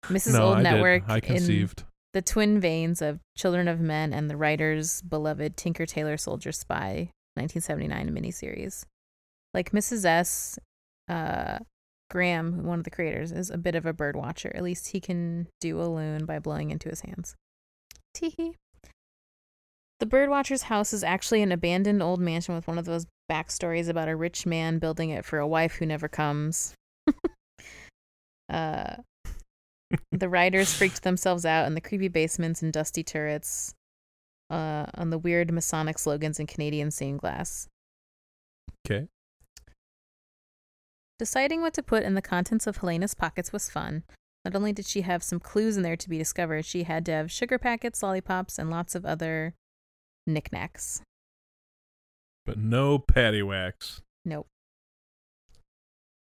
Speaker 2: Mrs.
Speaker 1: no,
Speaker 2: Old
Speaker 1: I
Speaker 2: Network
Speaker 1: Did. I
Speaker 2: in
Speaker 1: conceived.
Speaker 2: the twin veins of Children of Men and the writer's beloved Tinker Tailor Soldier Spy 1979 miniseries. Like Mrs. S. Uh, Graham, one of the creators, is a bit of a bird watcher. At least he can do a loon by blowing into his hands. Teehee. The Birdwatcher's house is actually an abandoned old mansion with one of those backstories about a rich man building it for a wife who never comes. uh, the riders freaked themselves out in the creepy basements and dusty turrets, uh, on the weird Masonic slogans and Canadian stained glass.
Speaker 1: Okay.
Speaker 2: Deciding what to put in the contents of Helena's pockets was fun. Not only did she have some clues in there to be discovered, she had to have sugar packets, lollipops, and lots of other knickknacks.
Speaker 1: But no patty wax.
Speaker 2: Nope.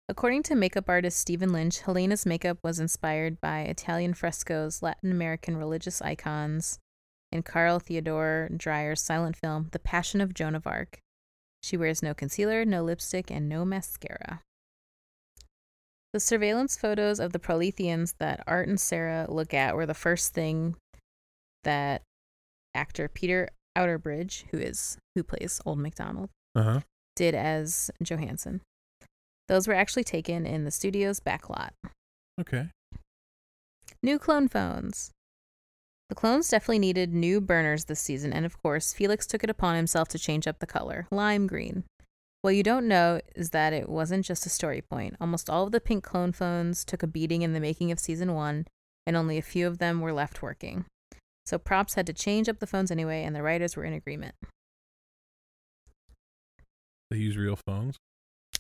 Speaker 2: According to makeup artist Stephen Lynch, Helena's makeup was inspired by Italian frescoes, Latin American religious icons, and Carl Theodore Dreyer's silent film, The Passion of Joan of Arc. She wears no concealer, no lipstick, and no mascara. The surveillance photos of the Prolethians that Art and Sarah look at were the first thing that actor Peter Outerbridge, who is who plays Old MacDonald,
Speaker 1: Uh huh.
Speaker 2: did as Johansson. Those were actually taken in the studio's backlot.
Speaker 1: Okay.
Speaker 2: New clone phones. The clones definitely needed new burners this season, and of course, Felix took it upon himself to change up the color lime green. What you don't know is that it wasn't just a story point. Almost all of the pink clone phones took a beating in the making of season one, and only a few of them were left working. So props had to change up the phones anyway, and the writers were in agreement.
Speaker 1: They use real phones.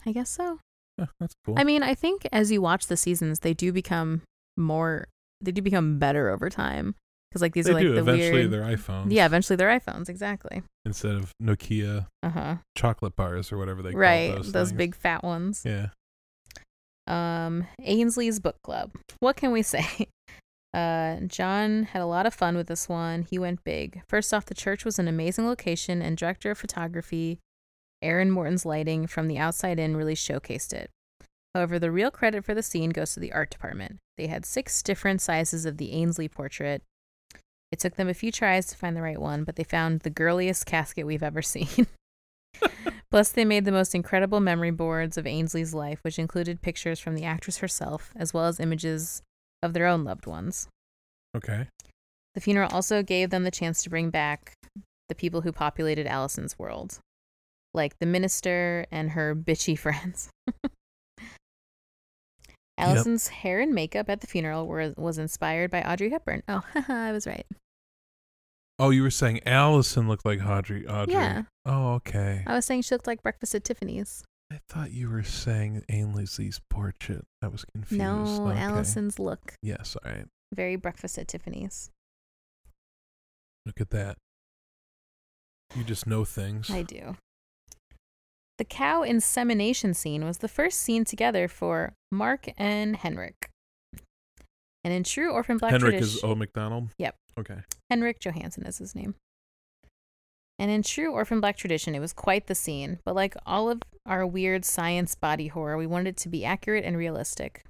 Speaker 2: I guess so.
Speaker 1: Yeah, that's cool.
Speaker 2: I mean, I think as you watch the seasons, they do become more. They do become better over time because, like, these
Speaker 1: they
Speaker 2: are like
Speaker 1: do.
Speaker 2: the
Speaker 1: Eventually,
Speaker 2: weird.
Speaker 1: they're iPhones.
Speaker 2: yeah, eventually they're iPhones, exactly.
Speaker 1: Instead of Nokia
Speaker 2: Uh huh.
Speaker 1: chocolate bars or whatever they
Speaker 2: Right,
Speaker 1: call
Speaker 2: those,
Speaker 1: those. things.
Speaker 2: big fat ones.
Speaker 1: Yeah.
Speaker 2: Um, Ainsley's book club. What can we say? Uh, John had a lot of fun with this one. He went big. First off, the church was an amazing location, and director of photography, Aaron Morton's lighting from the outside in really showcased it. However, the real credit for the scene goes to the art department. They had six different sizes of the Ainsley portrait. It took them a few tries to find the right one, but they found the girliest casket we've ever seen. Plus, they made the most incredible memory boards of Ainsley's life, which included pictures from the actress herself, as well as images of their own loved ones.
Speaker 1: Okay.
Speaker 2: The funeral also gave them the chance to bring back the people who populated Allison's world, like the minister and her bitchy friends. Allison's hair and makeup at the funeral were was inspired by Audrey Hepburn. Oh, I was right.
Speaker 1: Oh, you were saying Allison looked like Audrey. Audrey.
Speaker 2: Yeah. Uh,
Speaker 1: Oh, okay.
Speaker 2: I was saying she looked like Breakfast at Tiffany's.
Speaker 1: I thought you were saying Ainsley's portrait. I was confused.
Speaker 2: No,
Speaker 1: okay.
Speaker 2: Allison's look.
Speaker 1: Yes. All right.
Speaker 2: Very Breakfast at Tiffany's.
Speaker 1: Look at that. You just know things.
Speaker 2: I do. The cow insemination scene was the first scene together for Mark and Henrik. And in true Orphan Black
Speaker 1: Henrik
Speaker 2: tradition,
Speaker 1: is O. McDonald.
Speaker 2: Yep.
Speaker 1: Okay.
Speaker 2: Henrik Johansson is his name. And in true Orphan Black tradition, it was quite the scene, but like all of our weird science body horror, we wanted it to be accurate and realistic.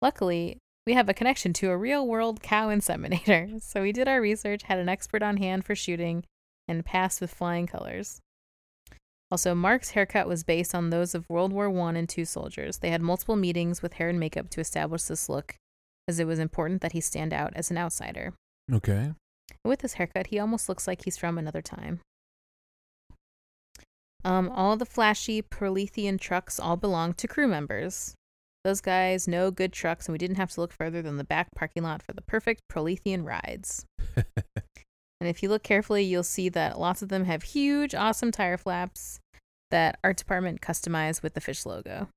Speaker 2: Luckily, we have a connection to a real world cow inseminator, so we did our research, had an expert on hand for shooting, and passed with flying colors. Also, Mark's haircut was based on those of World War I and II soldiers. They had multiple meetings with hair and makeup to establish this look, as it was important that he stand out as an outsider.
Speaker 1: Okay.
Speaker 2: With his haircut, he almost looks like he's from another time. Um, all the flashy Prolethian trucks all belong to crew members. Those guys know good trucks, and we didn't have to look further than the back parking lot for the perfect Prolethian rides. And if you look carefully, you'll see that lots of them have huge, awesome tire flaps that art department customized with the fish logo.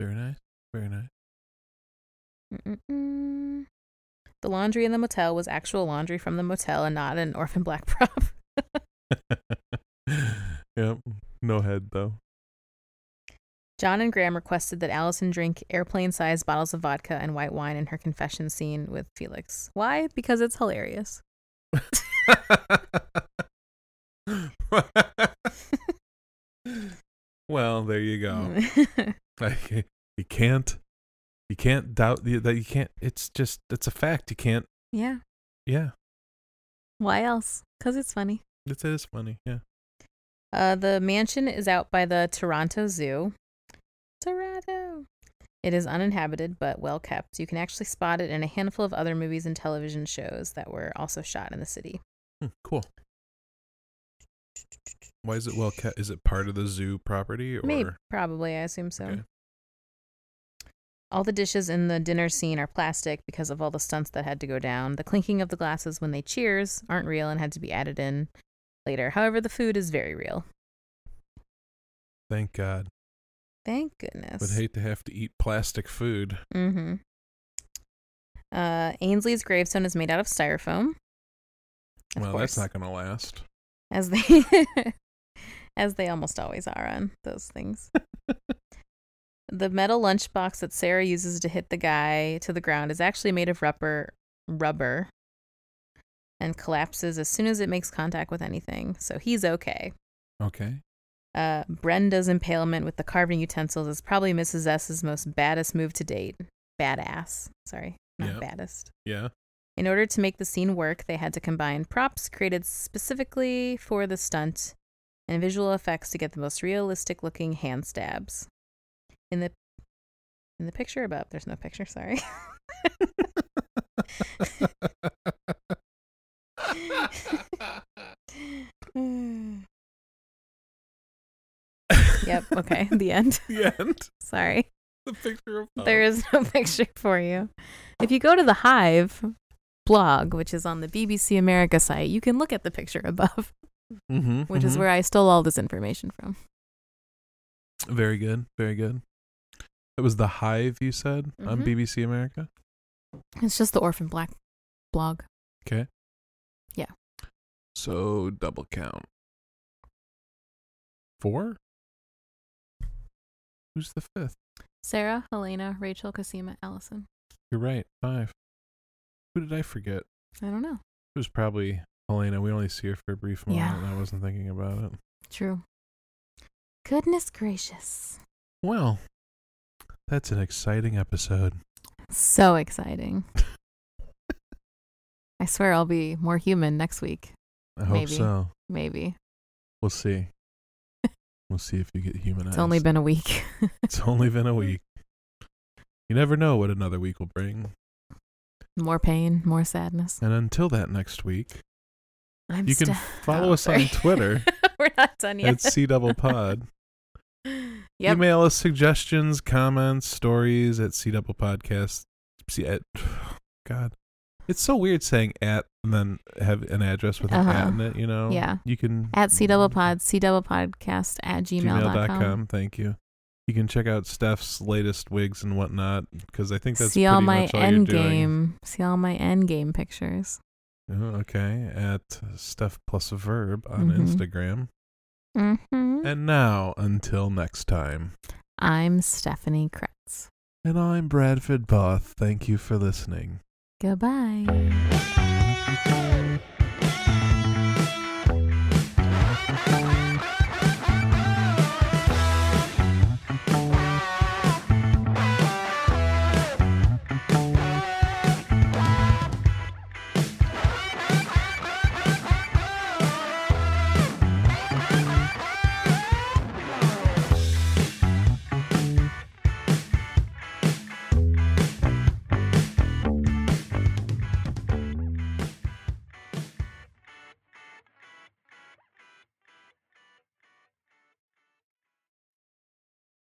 Speaker 1: Very nice. Very nice.
Speaker 2: Mm-mm-mm. The laundry in the motel was actual laundry from the motel and not an orphan black prop.
Speaker 1: yep. No head though.
Speaker 2: John and Graham requested that Allison drink airplane sized bottles of vodka and white wine in her confession scene with Felix. Why? Because it's hilarious.
Speaker 1: well, there you
Speaker 2: Mm,
Speaker 1: go. Like, you can't, you can't doubt the- that you can't. It's just, it's a fact. You can't.
Speaker 2: yeah.
Speaker 1: Yeah,
Speaker 2: Why else? Because it's funny.
Speaker 1: it's it is funny. Yeah.
Speaker 2: Uh, the mansion is out by the Toronto Zoo. Toronto. It is uninhabited but well kept. You can actually spot it in a handful of other movies and television shows that were also shot in the city.
Speaker 1: Hmm, cool. Why is it well kept? Is it part of the zoo property or?
Speaker 2: Maybe, probably, I assume so.
Speaker 1: Okay.
Speaker 2: All the dishes in the dinner scene are plastic because of all the stunts that had to go down. The clinking of the glasses when they cheers aren't real and had to be added in later. However, the food is very real.
Speaker 1: Thank God.
Speaker 2: Thank goodness.
Speaker 1: Would hate to have to eat plastic food.
Speaker 2: Mm-hmm. Uh, Ainsley's gravestone is made out of styrofoam. Of
Speaker 1: well,
Speaker 2: course,
Speaker 1: that's not gonna last.
Speaker 2: as they as they almost always are on those things. the metal lunchbox that Sarah uses to hit the guy to the ground is actually made of rubber rubber and collapses as soon as it makes contact with anything. So he's okay.
Speaker 1: Okay.
Speaker 2: Uh, Brenda's impalement with the carving utensils is probably Mrs. S's most baddest move to date. Badass. Sorry, not
Speaker 1: Yep.
Speaker 2: baddest.
Speaker 1: Yeah.
Speaker 2: In order to make the scene work, they had to combine props created specifically for the stunt and visual effects to get the most realistic looking hand stabs. In the in the picture above, there's no picture, sorry. yep, okay, the end.
Speaker 1: The end.
Speaker 2: Sorry.
Speaker 1: The picture of
Speaker 2: There is no picture for you. If you go to the Hive blog, which is on the BBC America site, you can look at the picture above,
Speaker 1: mm-hmm,
Speaker 2: which is where I stole all this information from.
Speaker 1: Very good. Very good. It was the Hive you said on
Speaker 2: Mhm.
Speaker 1: BBC America.
Speaker 2: It's just the Orphan Black blog.
Speaker 1: Okay.
Speaker 2: Yeah.
Speaker 1: So double count. Four. Who's the fifth?
Speaker 2: Sarah, Helena, Rachel, Cosima, Allison.
Speaker 1: You're right. Five. Who did I forget? It
Speaker 2: I don't know.
Speaker 1: was probably Helena. We only see her for a brief moment,
Speaker 2: Yeah.
Speaker 1: and I wasn't thinking about it.
Speaker 2: True. Goodness gracious.
Speaker 1: Well, that's an exciting episode.
Speaker 2: So exciting. I swear I'll be more human next week.
Speaker 1: I hope
Speaker 2: Maybe.
Speaker 1: so.
Speaker 2: Maybe.
Speaker 1: We'll see. we'll see if you get humanized.
Speaker 2: It's only been a week.
Speaker 1: it's only been a week. You never know what another week will bring.
Speaker 2: more pain, more sadness.
Speaker 1: And until that next week,
Speaker 2: I'm
Speaker 1: you can
Speaker 2: sta-
Speaker 1: follow
Speaker 2: Oh,
Speaker 1: us on
Speaker 2: sorry.
Speaker 1: Twitter
Speaker 2: We're not done
Speaker 1: at
Speaker 2: yet.
Speaker 1: C Double Pod.
Speaker 2: Yep.
Speaker 1: Email us suggestions, comments, stories at C Double Podcast. See at God. It's so weird saying at and then have an address with an at
Speaker 2: Uh-huh.
Speaker 1: in it, you know?
Speaker 2: Yeah.
Speaker 1: You can
Speaker 2: At C double pod, C double podcast at gmail.com.
Speaker 1: gmail.com. Thank you. You can check out Steph's latest wigs and whatnot because I think that's
Speaker 2: See all
Speaker 1: pretty
Speaker 2: my
Speaker 1: much all
Speaker 2: end
Speaker 1: you're doing.
Speaker 2: game. See all my end game pictures.
Speaker 1: Oh, okay, at Steph plus a verb on
Speaker 2: Mhm.
Speaker 1: Instagram.
Speaker 2: Mm-hmm.
Speaker 1: And now, until next time,
Speaker 2: I'm Stephanie Kretz.
Speaker 1: and I'm Bradford Both. Thank you for listening.
Speaker 2: Goodbye.